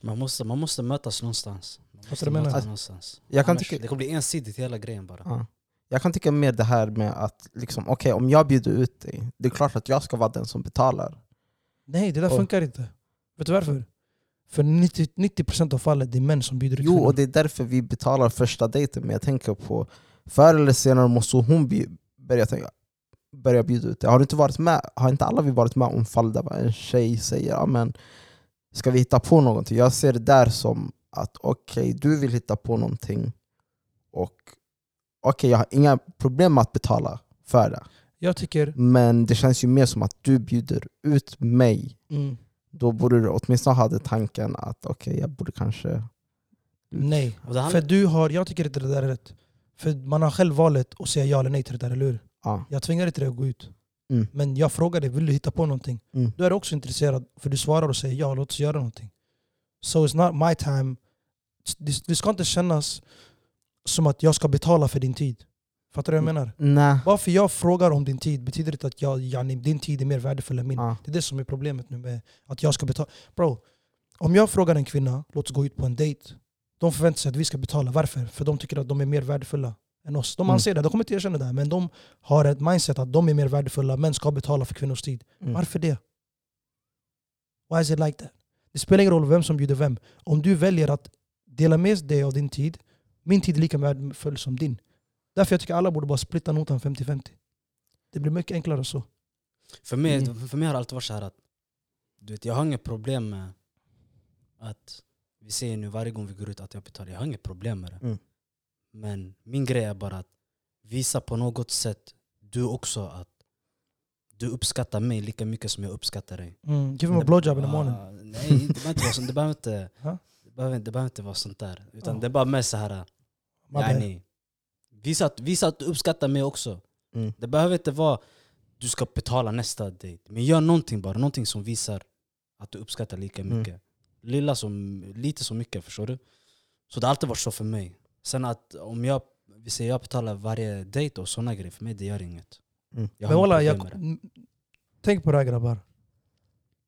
A: Man måste, man måste mötas någonstans. Man måste
C: du menar?
A: mötas
B: Alltså,
A: någonstans.
B: Jag kan
A: Annars-
B: tycka,
A: Det kommer bli ensidigt hela grejen bara.
B: Ja. Jag kan tycka mer det här med att liksom, okej, om jag bjuder ut dig, det är klart att jag ska vara den som betalar.
C: Nej, det där
B: Och-
C: funkar inte. Vet du varför? För 90%, 90 av fallet, det är män som bjuder ut
B: Jo,
C: kvinnor.
B: och det är därför vi betalar första dejten, men jag tänker på förr eller senare måste hon bju- börja, tänka, börja bjuda ut dig. Har, du inte varit med, har inte alla vi varit med om fall där en tjej säger "Ja, men ska vi hitta på någonting? Jag ser det där som att okej, du vill hitta på någonting och okej, jag har inga problem med att betala för det.
C: Jag tycker...
B: Men det känns ju mer som att du bjuder ut mig.
C: Mm,
B: Då borde du åtminstone ha den tanken att okej, jag borde kanske...
C: nej.
A: Och det handlar-
C: För du har, jag tycker inte det där är rätt. För man har själv valet att säga ja eller nej till det där, eller hur?
B: Ja,
C: Jag tvingar inte dig att gå ut.
B: Mm.
C: Men jag frågar dig, vill du hitta på någonting?
B: Mm.
C: Då är du också intresserad, för du svarar och säger ja, låt oss göra någonting. So it's not my time. Det, det ska inte kännas som att jag ska betala för din tid. Fattar du vad jag
B: Mm.
C: menar?
B: nej.
C: Bara för jag frågar om din tid betyder inte att jag, yani, din tid är mer värdefull än min.
B: Ja.
C: Det är det som är problemet nu med att jag ska betala. Bro, om jag frågar en kvinna, låt oss gå ut på en dejt. De förväntar sig att vi ska betala. Varför? För de tycker att de är mer värdefulla än oss. De
B: Mm.
C: anser det, de kommer inte erkänna det. här, Men de har ett mindset att de är mer värdefulla, män ska betala för kvinnors tid.
B: Mm.
C: Varför det? Why is it like that? Det spelar ingen roll vem som bjuder vem. Om du väljer att dela med dig av din tid, min tid är lika värdefull som din. Därför jag tycker alla borde bara splitta notan 50-50. Det blir mycket enklare så.
A: För mig,
B: Mm.
A: för mig har det alltid varit så här att du vet, jag har inget problem med att vi säger nu varje gång vi går ut att jag betalar. Jag har inget problem med det.
B: Mm.
A: Men min grej är bara att visa på något sätt du också att du uppskattar mig lika mycket som jag uppskattar dig.
C: Mm. Give him a blowjob in the morning.
A: Ah, nej, det behöver inte vara sånt. Det behöver inte,
C: Ha?
A: det behöver, inte- det behöver inte vara sånt där. Utan
C: Ja.
A: det är bara mer så här...
C: My bad.
A: Yani, visa, att, visa att du uppskattar mig också.
B: Mm.
A: Det behöver inte vara du ska betala nästa dejt. Men gör någonting bara, någonting som visar att du uppskattar lika
B: Mm.
A: mycket. Lilla som, lite som mycket, förstår du? Så det har alltid varit så för mig. Sen att om jag, vi säger jag betalar varje dejt och sådana grejer, för mig det gör inget.
B: Mm.
A: Jag
C: Men
A: har
C: walla,
A: inga
C: jag,
A: problem med
C: m- tänk på det här grabbar.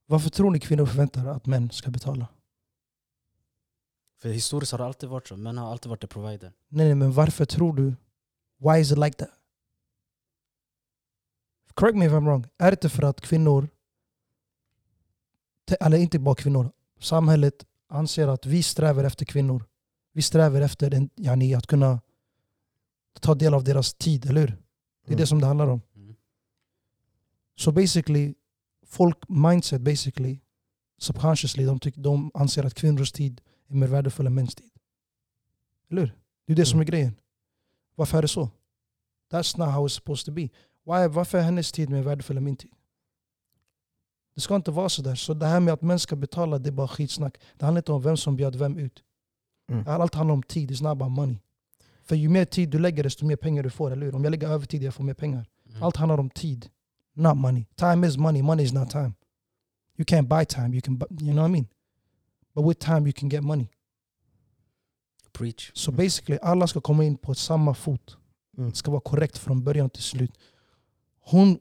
C: Varför tror ni kvinnor förväntar att män ska betala?
A: det. För historiskt har det alltid varit så, män har alltid varit the provider.
C: Nej, nej men varför tror du? Why is it like that? Correct me if I'm wrong. Är det inte för att kvinnor, te- eller inte bara kvinnor, samhället anser att vi strävar efter kvinnor. Vi strävar efter en, yani, att kunna ta del av deras tid, eller hur? Det är det som det handlar om.
A: Mm.
C: Så basically, folk mindset basically, subconsciously, de, tyck, de anser att kvinnors tid är mer värdefull än mäns tid. Eller hur? Det är det som är grejen. Varför är det så? That's not how it's supposed to be. Why, varför är hennes tid mer värdefull än min tid? Det ska inte vara sådär. Så det här med att män ska betala, det är bara skitsnack. Det handlar inte om vem som bjöd vem ut.
B: Mm.
C: Allt handlar om tid, it's not about money. För ju mer tid du lägger desto mer pengar du får, eller hur? Om jag lägger övertid, jag får mer pengar.
A: Mm.
C: Allt handlar om tid. Not money. Time is money. Money is not time. You can't buy time. You can, bu- you know what I mean? But with time you can get money.
A: Preach.
C: Så basically alla ska komma in på samma fot.
B: Mm.
C: Det ska vara korrekt från början till slut. Hon,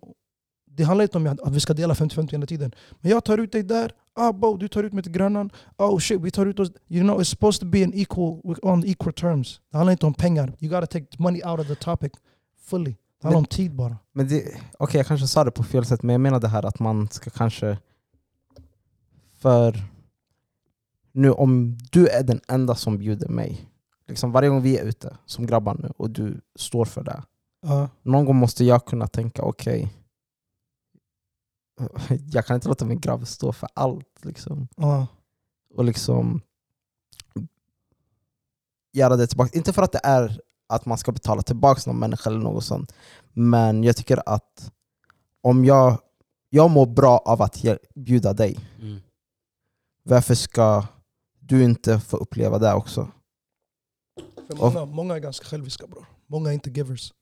C: det handlar inte om att vi ska dela 50-50 hela tiden. Men jag tar ut dig där. Ah, bo, du tar ut mig till grannen. Oh shit, vi tar ut oss. You know, it's supposed to be an equal, on equal terms. Det handlar inte om pengar. You gotta take money out of the topic fully. Det handlar om tid bara.
B: Men det, okej, jag kanske sa det på fel sätt, men jag menar det här att man ska kanske... För... Nu om du är den enda som bjuder mig, liksom varje gång vi är ute som grabbar nu och du står för det.
C: Ja.
B: Någon gång måste jag kunna tänka, okej. jag kan inte låta min grabb stå för allt liksom.
C: ja.
B: Och liksom... Göra det tillbaka. Inte för att det är att man ska betala tillbaka någon människa eller något sånt. Men jag tycker att om jag, jag mår bra av att ge- bjuda dig,
A: Mm.
B: varför ska du inte få uppleva det också?
F: För många, många är ganska själviska bror.
C: Många är inte givers.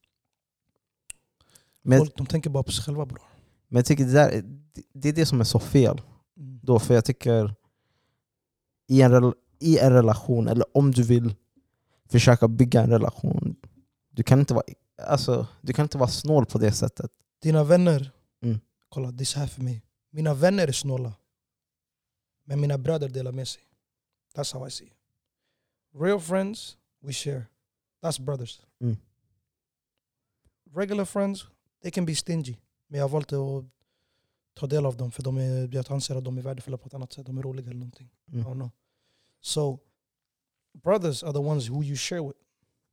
B: Men,
C: Folk, de tänker bara på sig själva bror.
B: men jag tycker det, där, det, det är det som är så fel.
C: Mm.
B: då. För jag tycker i en, rel- i en relation, eller om du vill försöka bygga en relation, du kan inte vara, alltså, du kan inte vara snål på det sättet.
C: Dina vänner,
B: Mm.
C: kolla det är så här för mig. Mina vänner är snåla. Men mina bröder delar med sig. That's how I see it. Real friends, we share. That's brothers.
B: Mm.
C: Regular friends, they can be stingy. Men jag har valt att ta del av dem för de är, jag anser att de är värdefulla på ett annat sätt. De är roliga eller någonting.
B: Mm.
C: I don't know. So, brothers are the ones who you share with.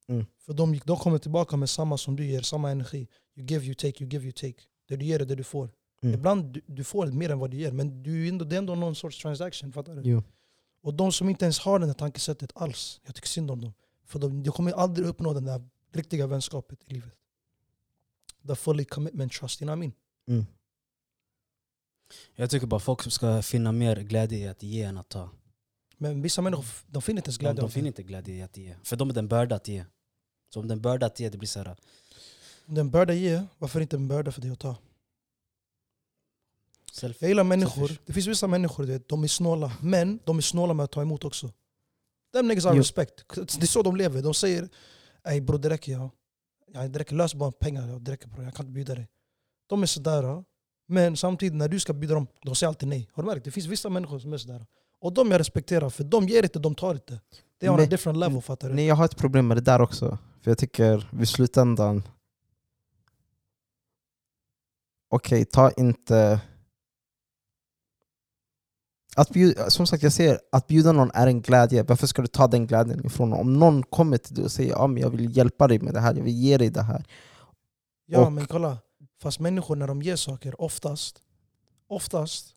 B: Mm.
C: För de, de kommer tillbaka med samma som du ger, samma energi. You give, you take, you give, you take. Det du ger är det du får.
B: Mm.
C: Ibland du, du får mer än vad du ger, men du, är ändå, det är ändå någon sorts transaction. Fattar du?
B: Jo.
C: Och de som inte ens har det här tankesättet alls, jag tycker synd om dem. För de, de kommer aldrig uppnå det där riktiga vänskapet i livet. The fully commitment trust, you know what I mean?
B: Mm.
A: Jag tycker bara folk ska finna mer glädje i att ge än att ta.
C: Men vissa människor, f- de finner inte ens
A: De,
C: glädje av
A: de
C: det.
A: finner inte glädje i att ge. För de är den börda att ge. Så om den börda att ge, det blir såhär...
C: Om det är en börda ge, varför inte en börda för dig att ta?
A: Self-
C: Jag gillar människor.
A: Selfish.
C: Det finns vissa människor, du vet, de är snåla. Men de är snåla med att ta emot också. Them niggas har
B: Jo.
C: respekt. Det är så de lever. De säger Ey bror det räcker ja. Ja, Det räcker, lös bara pengar. Ja. Det räcker bror, jag kan inte bjuda dig. De är sådär. Ja. Men samtidigt när du ska bjuda dem, de säger alltid nej. Har du märkt? Det finns vissa människor som är sådär. Och de jag respekterar, för de ger inte, de tar inte. Det är on a
B: Men-
C: different level fattar du?
B: Nej, jag har ett problem med det där också. För jag tycker vid slutändan, okej, ta inte... Att bjuda, som sagt, jag ser att bjuda någon är en glädje. Varför ska du ta den glädjen ifrån någon? Om någon kommer till dig och säger att jag vill hjälpa dig med det här, jag vill ge dig det här.
C: Ja
B: Och-
C: men kolla, fast människor när de ger saker oftast, oftast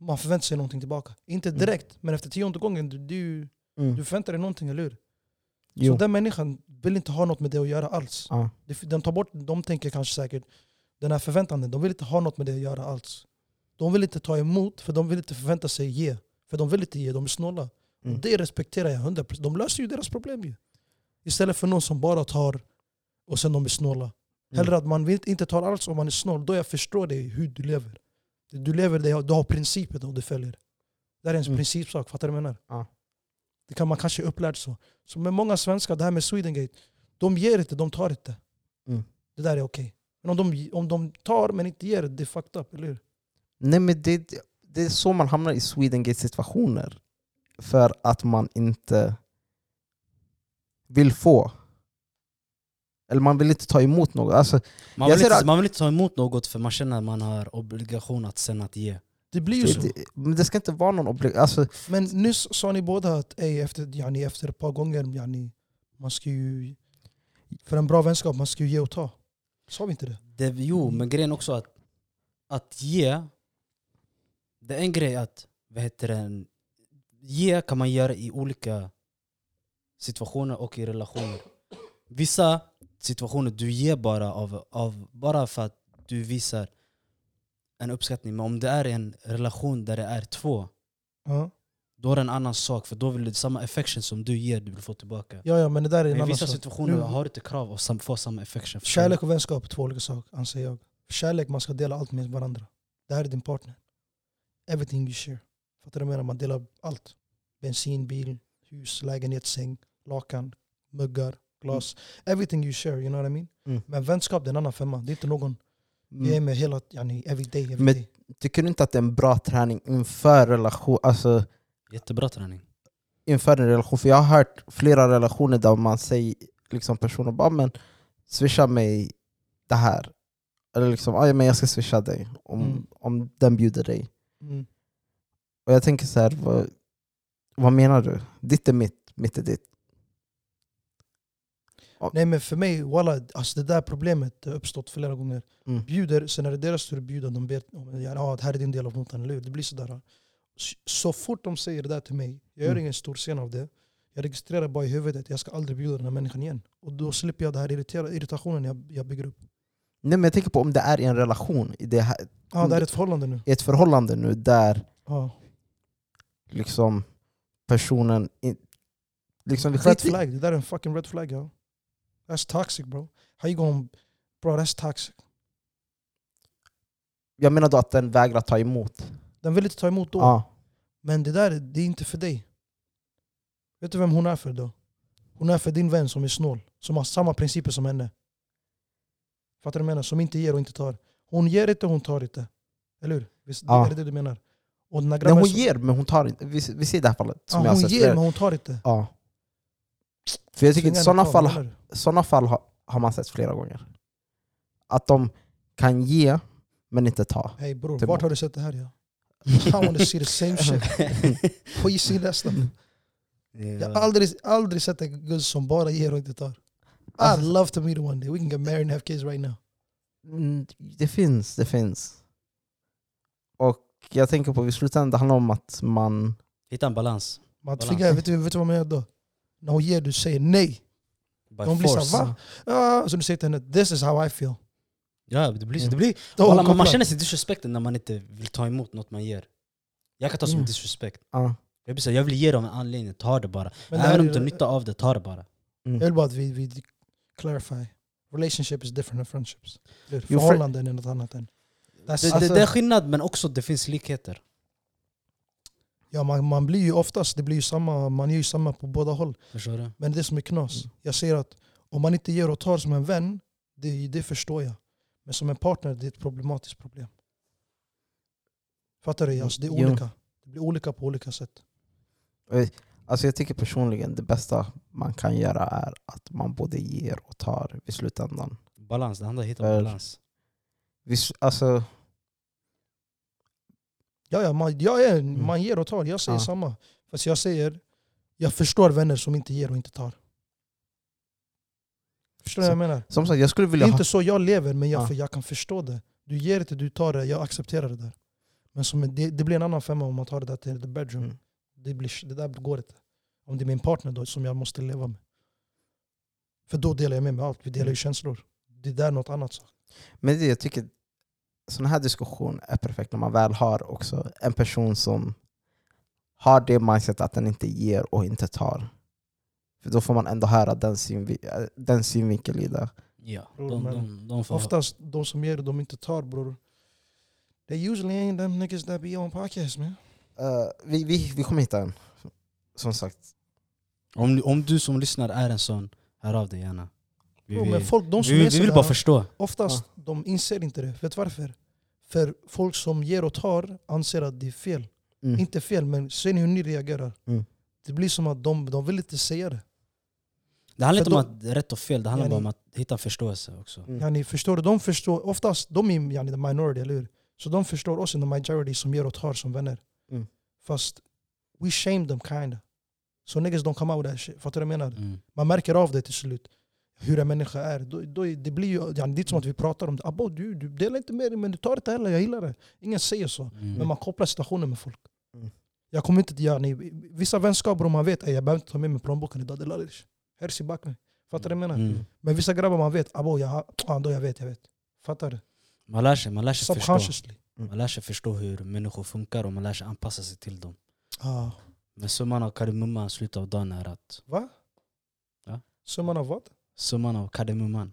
C: man förväntar sig någonting tillbaka. Inte
B: Mm.
C: direkt, men efter tionde gången du, du, du förväntar dig någonting, eller hur?
B: Jo.
C: Så den människan vill inte ha något med det att göra alls.
B: Ja.
C: Det- Den tar bort, de tänker kanske säkert, den här förväntan, de vill inte ha något med det att göra alls. De vill inte ta emot, för de vill inte förvänta sig ge. För de vill inte ge, de är snåla.
B: Mm.
C: Det respekterar jag 100%. De löser ju deras problem ju. Istället för någon som bara tar och sen de är
B: Mm.
C: snåla. Hellre att man vill, inte tar alls om man är snål, då jag förstår dig hur du lever. Du lever, det, du har principer och du följer. Det här är ens
B: Mm.
C: principsak, fattar du vad jag menar?
B: Ja.
C: Det kan man kanske är upplärd så. Så med många svenskar, det här med Swedengate, de ger inte, de tar inte.
B: Mm.
C: Det där är okej. Men om de, om de tar men inte ger, det är fucked up, eller hur?
B: Nej men det, det är så man hamnar i Swedengate situationer. För att man inte vill få. Eller man vill inte ta emot något. Alltså,
A: Man
B: Jag
A: vill,
B: ser
A: inte,
B: att-
A: man vill inte ta emot något för man känner att man har obligation att sen att ge.
C: Det blir ju så.
B: det, det, men det ska inte vara någon obligation. Alltså,
C: Men nyss sa ni båda att ey, efter, yani, efter ett par gånger, yani, man ska ju... För en bra vänskap, man ska ju ge och ta. Sa vi inte det?
A: Det,
B: Mm.
A: jo, men grejen också att, att ge, det är en grej att, vad heter det, ge kan man göra i olika situationer och i relationer. Vissa situationer du ger bara, av, av, bara för att du visar en uppskattning. Men om det är en relation där det är två,
C: Ja,
A: då är det en annan sak. För då vill du samma affection som du ger, du vill få tillbaka.
C: ja, ja men det där är
A: Men
C: en
A: i
C: annan
A: vissa
C: sak.
A: situationer
C: Nu-
A: har du inte krav att sam- få samma affection. förstår du?
C: Kärlek och vänskap är två olika saker, anser jag. Kärlek, man ska dela allt med varandra. Det här är din partner. Everything you share. Fattar du vad jag menar? Man delar allt. Bensin, bil, hus, lägenhet, säng, lakan, muggar, glas. Everything you share, you know what I mean?
B: Mm.
C: Men vänskap, det är en annan femma. Det är inte någon jag är
B: mm,
C: med hela, yani, every day, every
B: Men-
C: day.
B: tycker du inte att det är en bra träning inför relation? Alltså,
A: Jättebra träning.
B: inför en relation. För jag har hört flera relationer där man säger liksom personer bara men swisha mig det här. Eller liksom, "Ah, ja, men jag ska swisha dig om,
C: Mm.
B: om den bjuder dig.
C: Mm.
B: Och jag tänker så här, vad, vad menar du? Ditt är mitt, mitt är ditt.
C: Nej men för mig, walla, alltså det där problemet har uppstått flera gånger.
B: Mm.
C: Bjuder, sen när det är deras tur att bjuda, de ber om ja, ah, det här är din del av notan, eller hur? Det blir sådär. Så, så fort de säger det där till mig, jag gör
B: Mm.
C: ingen stor scen av det. Jag registrerar bara i huvudet att jag ska aldrig bjuda den här människan igen. Och då slipper jag den här irritera, irritationen jag, jag bygger upp.
B: Nej, men jag tänker på om det är i en relation, i det här,
C: Ja, det här är ett förhållande nu.
B: i ett förhållande nu där
C: Ja.
B: liksom personen... In, liksom, vi
C: Red
B: skiter i-
C: flag, det där är en fucking red flag ja. That's toxic bro. How you gonna... Bro that's toxic.
B: Jag menar då att den vägrar ta emot.
C: Den vill inte ta emot då.
B: Ja.
C: Men det där det är inte för dig. Vet du vem hon är för då? Hon är för din vän som är snål. Som har samma principer som henne. Fattar du vad jag menar? Som inte ger och inte tar. Hon ger inte, hon tar inte. Eller hur? Visst,
B: Ja.
C: Är det det du menar? Och när
B: Nej,
C: grabbar
B: hon
C: som-
B: ger men hon tar inte. Vi, vi ser det här fallet.
C: ja,
B: Som jag har
C: hon
B: sett.
C: ger men hon tar inte.
B: Ja. För jag tycker
C: Tvingar
B: att
C: henne
B: sådana
C: ta,
B: fall,
C: eller hur?
B: såna fall har, har man sett flera gånger. Att de kan ge men inte ta.
C: Hej bror,
B: Typ-
C: vart har du sett det här? Ja? I wanna see the same shit. Får you see that stuff? Jag har aldrig, aldrig sett en guzz som bara ger och inte tar. I'd
B: Alltså-
C: love to meet one day. We can get married and have kids right now.
B: Mm, Det finns, det finns. Och jag tänker på att i slutändan det handlar om att man...
A: Hitta en balans.
C: Man
A: Balans.
C: tvingar, vet du, vet du vad man gör då? När hon ger, du säger nej.
A: By
C: De blir så här, va? Ah, så du säger till henne, this is how I feel.
A: Ja, det blir så.
B: Mm.
A: Det blir,
C: Då
A: Walla,
C: hon
A: man, man
C: kopplar.
A: känner sig disrespekten när man inte vill ta emot något man ger. Jag kan ta som
B: Mm.
A: disrespect.
B: Ja.
A: Jag, blir så här, jag vill ge dem en anledning, ta det bara.
C: Men det här
A: Även om
C: är-
A: du har nytta av det, ta det bara.
C: Jag vill bara att vi, vi clarify. Relationship is different than friendships. Det är
B: Jo, för-
C: Förhållanden är något annat än.
A: Det,
C: That's,
B: Alltså-
A: det, det är skillnad men också det finns likheter.
C: ja, man, man blir ju oftast, det blir ju samma, man gör ju samma på båda håll.
A: Förstår du?
C: Men det är det som är knas. Jag säger att om man inte ger och tar som en vän, det, det förstår jag. Men som en partner, det är ett problematiskt problem. Fattar du? Alltså, det är
B: Mm. Jo.
C: olika. Det blir olika på olika sätt.
B: Alltså jag tycker personligen det bästa man kan göra är att man både ger och tar i slutändan.
A: Balans, det handlar om att hitta
B: Väl.
A: balans.
B: Vi, s- alltså,
C: Ja, ja, man, jag är,
B: Mm.
C: man ger och tar. Jag säger
B: Ja.
C: samma. Fast jag säger, jag förstår vänner som inte ger och inte tar. Förstår du vad jag menar?
B: som sagt, jag skulle
C: Det
B: vilja
C: är
B: ha
C: inte så jag lever, men jag,
B: Ja.
C: för jag kan förstå det. Du ger inte, du tar det. Jag accepterar det där. Men som, det, det blir en annan femma om man tar det där till the bedroom.
B: Mm.
C: Det, blir, det där går inte. Om det är min partner då, som jag måste leva med. För då delar jag med mig allt. Vi delar ju
B: Mm.
C: känslor. Det där är något annat. Så.
B: Men det, jag tycker sådana här diskussion är perfekt när man väl har också en person som har det mindset att den inte ger och inte tar. För då får man ändå höra den, synvi- äh, den synvinkeln i det.
A: Ja,
C: Bror,
A: de,
C: men
A: de, de får
C: Oftast de som ger och de inte tar bror. They usually ain't them niggas that be on podcast man.
B: Eh, vi, vi, vi kommer hitta en. Som sagt,
A: Om, om du som lyssnar är en sån, hör av dig gärna. Vi
C: Jo,
A: vill,
C: men folk, de som
A: vi,
C: är
A: vill- vi
C: sådär,
A: vill bara förstå.
C: oftast de inser inte det. Vet du varför? För folk som ger och tar anser att det är fel.
B: Mm.
C: Inte fel, men ser ni hur ni reagerar?
B: Mm.
C: Det blir som att de, de vill inte säga det.
A: Det handlar
C: För
A: inte om att rätt och fel, det handlar
C: Yani-
A: bara om att hitta förståelse också.
B: Mm.
C: Yani, förstår du? De förstår, oftast de är yani, the minority, eller hur? Så de förstår oss in the majority som ger och tar som vänner.
B: Mm.
C: Fast we shame them kinda. Så niggas don't come out with that shit. Fattar du vad jag menar?
A: Mm.
C: Man märker av det till slut. Hur en människa är. Då, då, är- det blir ju, yani, det är som att vi pratar om det. Abbo, du, du delar inte med dig men du tar det heller. Jag gillar det. Ingen säger så. Men
A: Mm.
C: man kopplar situationer med folk.
B: Mm.
C: Jag kommer inte att göra ni, vissa vänskaper om man vet att jag behöver inte ta med mig plånboken idag. Det lär dig. Härs i backen. Fattar du vad jag menar?
A: Mm.
C: Men vissa grabbar man vet, abo, jag, har- ah, då jag vet, jag vet. Fattar du?
A: Man lär sig, man lär sig förstå.
C: Subconsciously.
A: Man lär sig förstå hur människor funkar och man lär sig anpassa sig till dem.
C: Ah.
A: Men summan av kardemumman, slutet av dagen är att
C: Va?
A: Ja.
C: Summan av vad?
A: summan av kardemumman.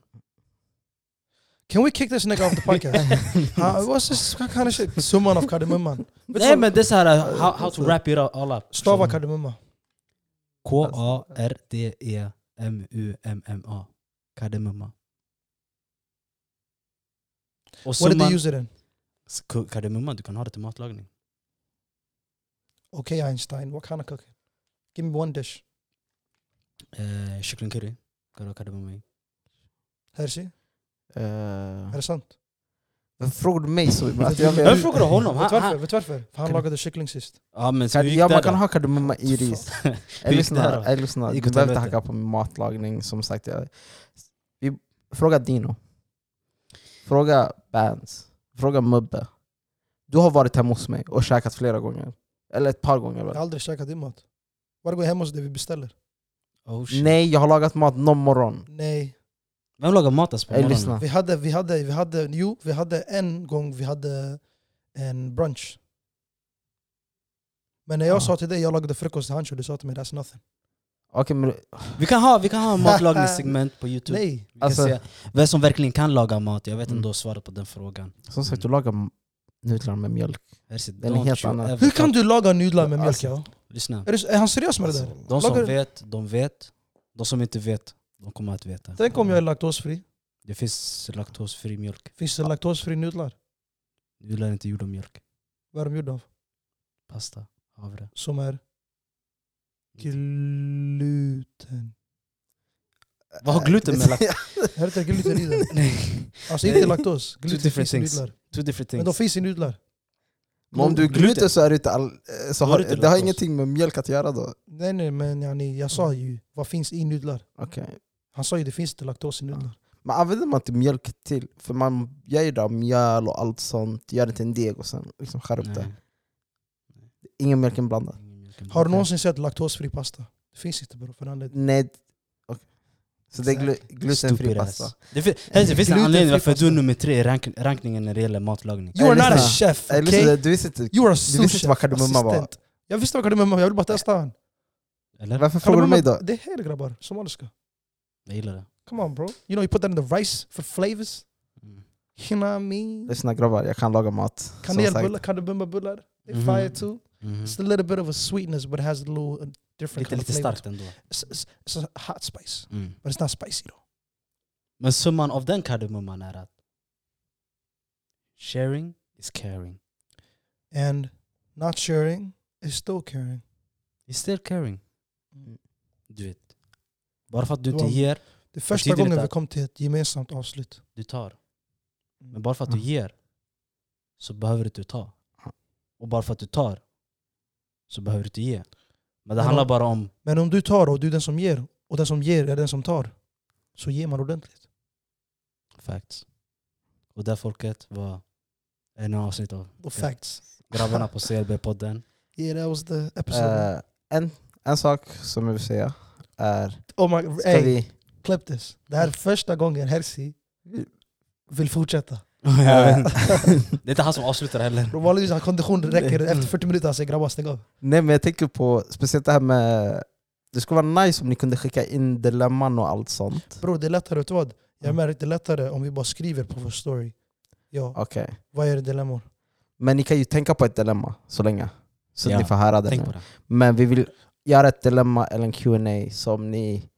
C: Can we kick this nigga off the podcast? ah, what's this kind of shit? Summan av kardemumman. Vet du
A: Nej
C: vad-
A: men det är såhär, how, how to wrap it all up.
C: Stava kardemumma.
A: E K-A-R-D-E-M-U-M-M-A. Kardemumma. Och
C: What did
A: summan,
C: they use it in?
A: K- kardemumma, du kan ha det till matlagning.
C: Okay Einstein, what kind of cooking? Give me one dish.
A: Eh, Kycklingcurry kan du ha kardemumma i.
C: Hersi,
B: Eh,
C: är det sant?
B: varför frågar du mig så? ibland? Att jag
A: Jag
B: vet.
A: frågade honom.
C: Vet
A: Han,
C: du
A: han,
C: varför? Vet du varför? För han
B: Kan-
C: lagade kyckling sist.
A: ja, men så
B: Kan,
A: vi gick
B: ja,
A: där
B: man kan
A: då.
B: ha kardemumma i ris. Jag
A: Vi gick där
B: lyssnar,
A: då.
B: jag lyssnar.
A: Gick
B: Du
A: åt
B: behöver inte
A: helvete.
B: hacka på min matlagning. Som sagt, jag, vi, fråga Dino. Fråga Bands. Fråga Mubbe. Du har varit hemma hos mig och käkat flera gånger. Eller ett par gånger.
C: Jag
B: Väl?
C: har aldrig käkat din mat. Varje gång jag är hemma hos dig vi beställer.
A: Oh, shit.
B: Nej, jag har lagat mat någon morgon.
C: Nej.
A: Vem lagar mat ens på
B: Jag
A: morgonen?
B: lyssnar.
C: Vi hade, vi hade, vi hade, jo, vi hade en gång vi hade en brunch. Men när jag
B: Ah.
C: sa till dig jag lagade frukost till Hancho, du sa till mig that's nothing.
B: Okej, men
A: Vi kan ha, vi kan ha en matlagningssegment på youtube.
C: Nej.
A: Vi kan
B: Alltså-
A: se vem som verkligen kan laga mat, jag vet
B: Mm.
A: inte mm. svaret på den frågan.
B: som sagt, du lagar m- nudlar med mjölk.
A: Hersi,
B: Den är
A: don't
B: helt
A: you
B: annan.
A: ever
C: Hur kan
A: talk-
C: du laga nudlar med mjölk?
B: Alltså,
C: Ja?
A: Lyssna.
C: Är, du, är han seriös med det där?
A: De som
C: Lagar-
A: vet, de vet. De som inte vet, de kommer att veta.
C: Tänk om jag är laktosfri?
A: Det finns laktosfri mjölk.
C: Finns det laktosfri nudlar?
A: Du lär inte gjord av mjölk.
C: Vad är de gjorda av?
A: Pasta, havre.
C: Som är gluten.
A: Vad har
B: Eh,
A: gluten med lakt-
C: Är det inte gluten i det?
A: Nej,
C: Alltså inte laktos.
A: Two
C: Gluten
A: different
C: finns i
A: things.
C: nudlar.
A: Two different
C: Men de
A: things.
C: finns i nudlar.
B: Men om du är
A: Gluten.
B: gluten så är det inte all, eh, så
A: Då är
B: har,
A: det inte
B: det har
A: laktos.
B: ingenting med mjölk att göra då.
C: Nej nej men yani, jag sa ju vad finns i nudlar.
B: Okej.
C: Han sa ju det finns inte laktos i nudlar.
B: Men använder man inte mjölk till? För man gör ju det av mjöl och allt sånt, gör det till en deg och sen liksom skär upp det.
A: Nej,
B: Ingen mjölk inblandad.
A: ingen mjölk är bra.
C: Har du någonsin sett laktosfri pasta? Det finns inte bror. För anledning.
B: Nej. okej. Så det är glu glutenfri
A: Stupid
B: pasta.
A: ass. Det fin- Hersi, det finns en anledning
C: Glutenfri
A: varför du
C: pasta.
A: är nummer tre i rank rankningen när det gäller matlagning.
C: You are
B: lyssna.
C: not a chef,
B: Äh, lyssna,
C: okay?
B: du visste inte.
C: You
B: Du
C: are a
B: visste
C: sous
B: inte vad kardemumma var.
C: assistent. Jag visste vad kardemumma var, jag ville bara testa han.
A: Eller?
B: Varför frågar du mig då?
C: Det är här grabbar, somaliska.
A: Jag gillar det.
C: Come on bro. You know you put that in the rice for flavors.
A: Mm.
C: You know what I mean?
B: Lyssna grabbar, jag kan laga mat. som
C: Kanelbullar,
B: sagt.
C: kardemummabullar. They
A: Mhm.
C: fire too.
A: Mhm.
C: It's a little bit of a sweetness but it has a little uh,
A: Lite,
C: different kind of
A: lite
C: flavor.
A: starkt ändå.
C: It's, it's, it's a hot spice.
A: Mm.
C: But it's not spicy though.
A: Men summan av den kardemumman är att sharing is caring.
C: And not sharing is still caring.
A: It's still caring.
C: Mm.
A: Du vet. Bara för att du inte
C: Wow.
A: ger,
C: Det är första
A: Betyder det
C: gången
A: att-
C: vi kom till ett gemensamt avslut.
A: du tar. Men bara för att du
B: Mm.
A: ger så behöver du inte ta.
B: Ja.
A: Och bara för att du tar så behöver du inte ge. Men det
C: Men
A: handlar
C: om-
A: bara om...
C: Men om du tar och du är den som ger, och den som ger är den som tar, så ger man ordentligt.
A: Facts. Och det folket var en avsnitt av
C: Och facts.
A: grabbarna på CLB-podden.
C: Yeah, that was the episode.
B: Eh, en, en sak som jag vill säga är...
C: oh my,
B: Ska
C: hey,
B: vi...
C: clip this. Det här är första gången Hersi vill fortsätta.
A: Jag vet inte. det är inte han som avslutar heller.
C: Bro, Vanligtvis hans kondition räcker
A: Mm.
C: efter 40 minuter, han säger grabbar stäng av.
B: Nej men jag tänker på, speciellt det här med... Det skulle vara nice om ni kunde skicka in dilemman och allt sånt.
C: Bro, det är lättare, vet du vad? Jag
B: Mm.
C: märker det är lättare om vi bara skriver på vår story. Ja,
B: Okej.
C: vad är det dilemmor?
B: Men ni kan ju tänka på ett dilemma så länge. Så att
A: Ja,
B: ni får höra det.
A: Tänk på
B: Nu.
A: det.
B: Men vi vill göra ett dilemma eller en Q&A som ni...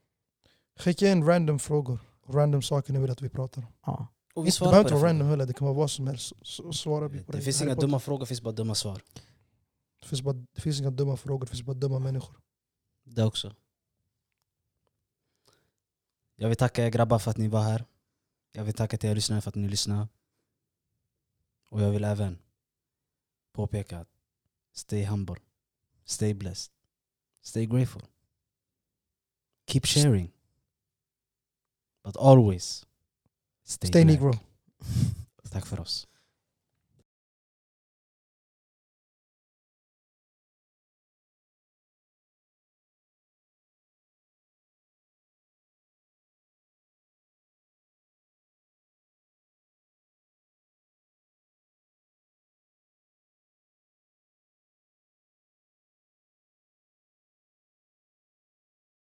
C: Skicka in random frågor. Random saker ni vill att vi pratar om.
B: Ja.
A: Och
C: Inte- Det
A: svarar
C: behöver
A: på
C: inte vara
A: det.
C: random heller, det kan vara vad som helst. Så- Så svarar vi på det.
A: Det finns
C: Harry
A: inga
C: Potter.
A: dumma frågor, det finns bara dumma svar.
C: Det finns, bara, det finns inga dumma frågor, det finns bara dumma människor.
A: Det också. Jag vill tacka er grabbar för att ni var här. Jag vill tacka till er lyssnare för att ni lyssnade. Och jag vill även påpeka att stay humble, stay blessed, stay grateful. Keep sharing. But always stay,
C: Stay
A: black.
C: negro.
A: Tack för oss.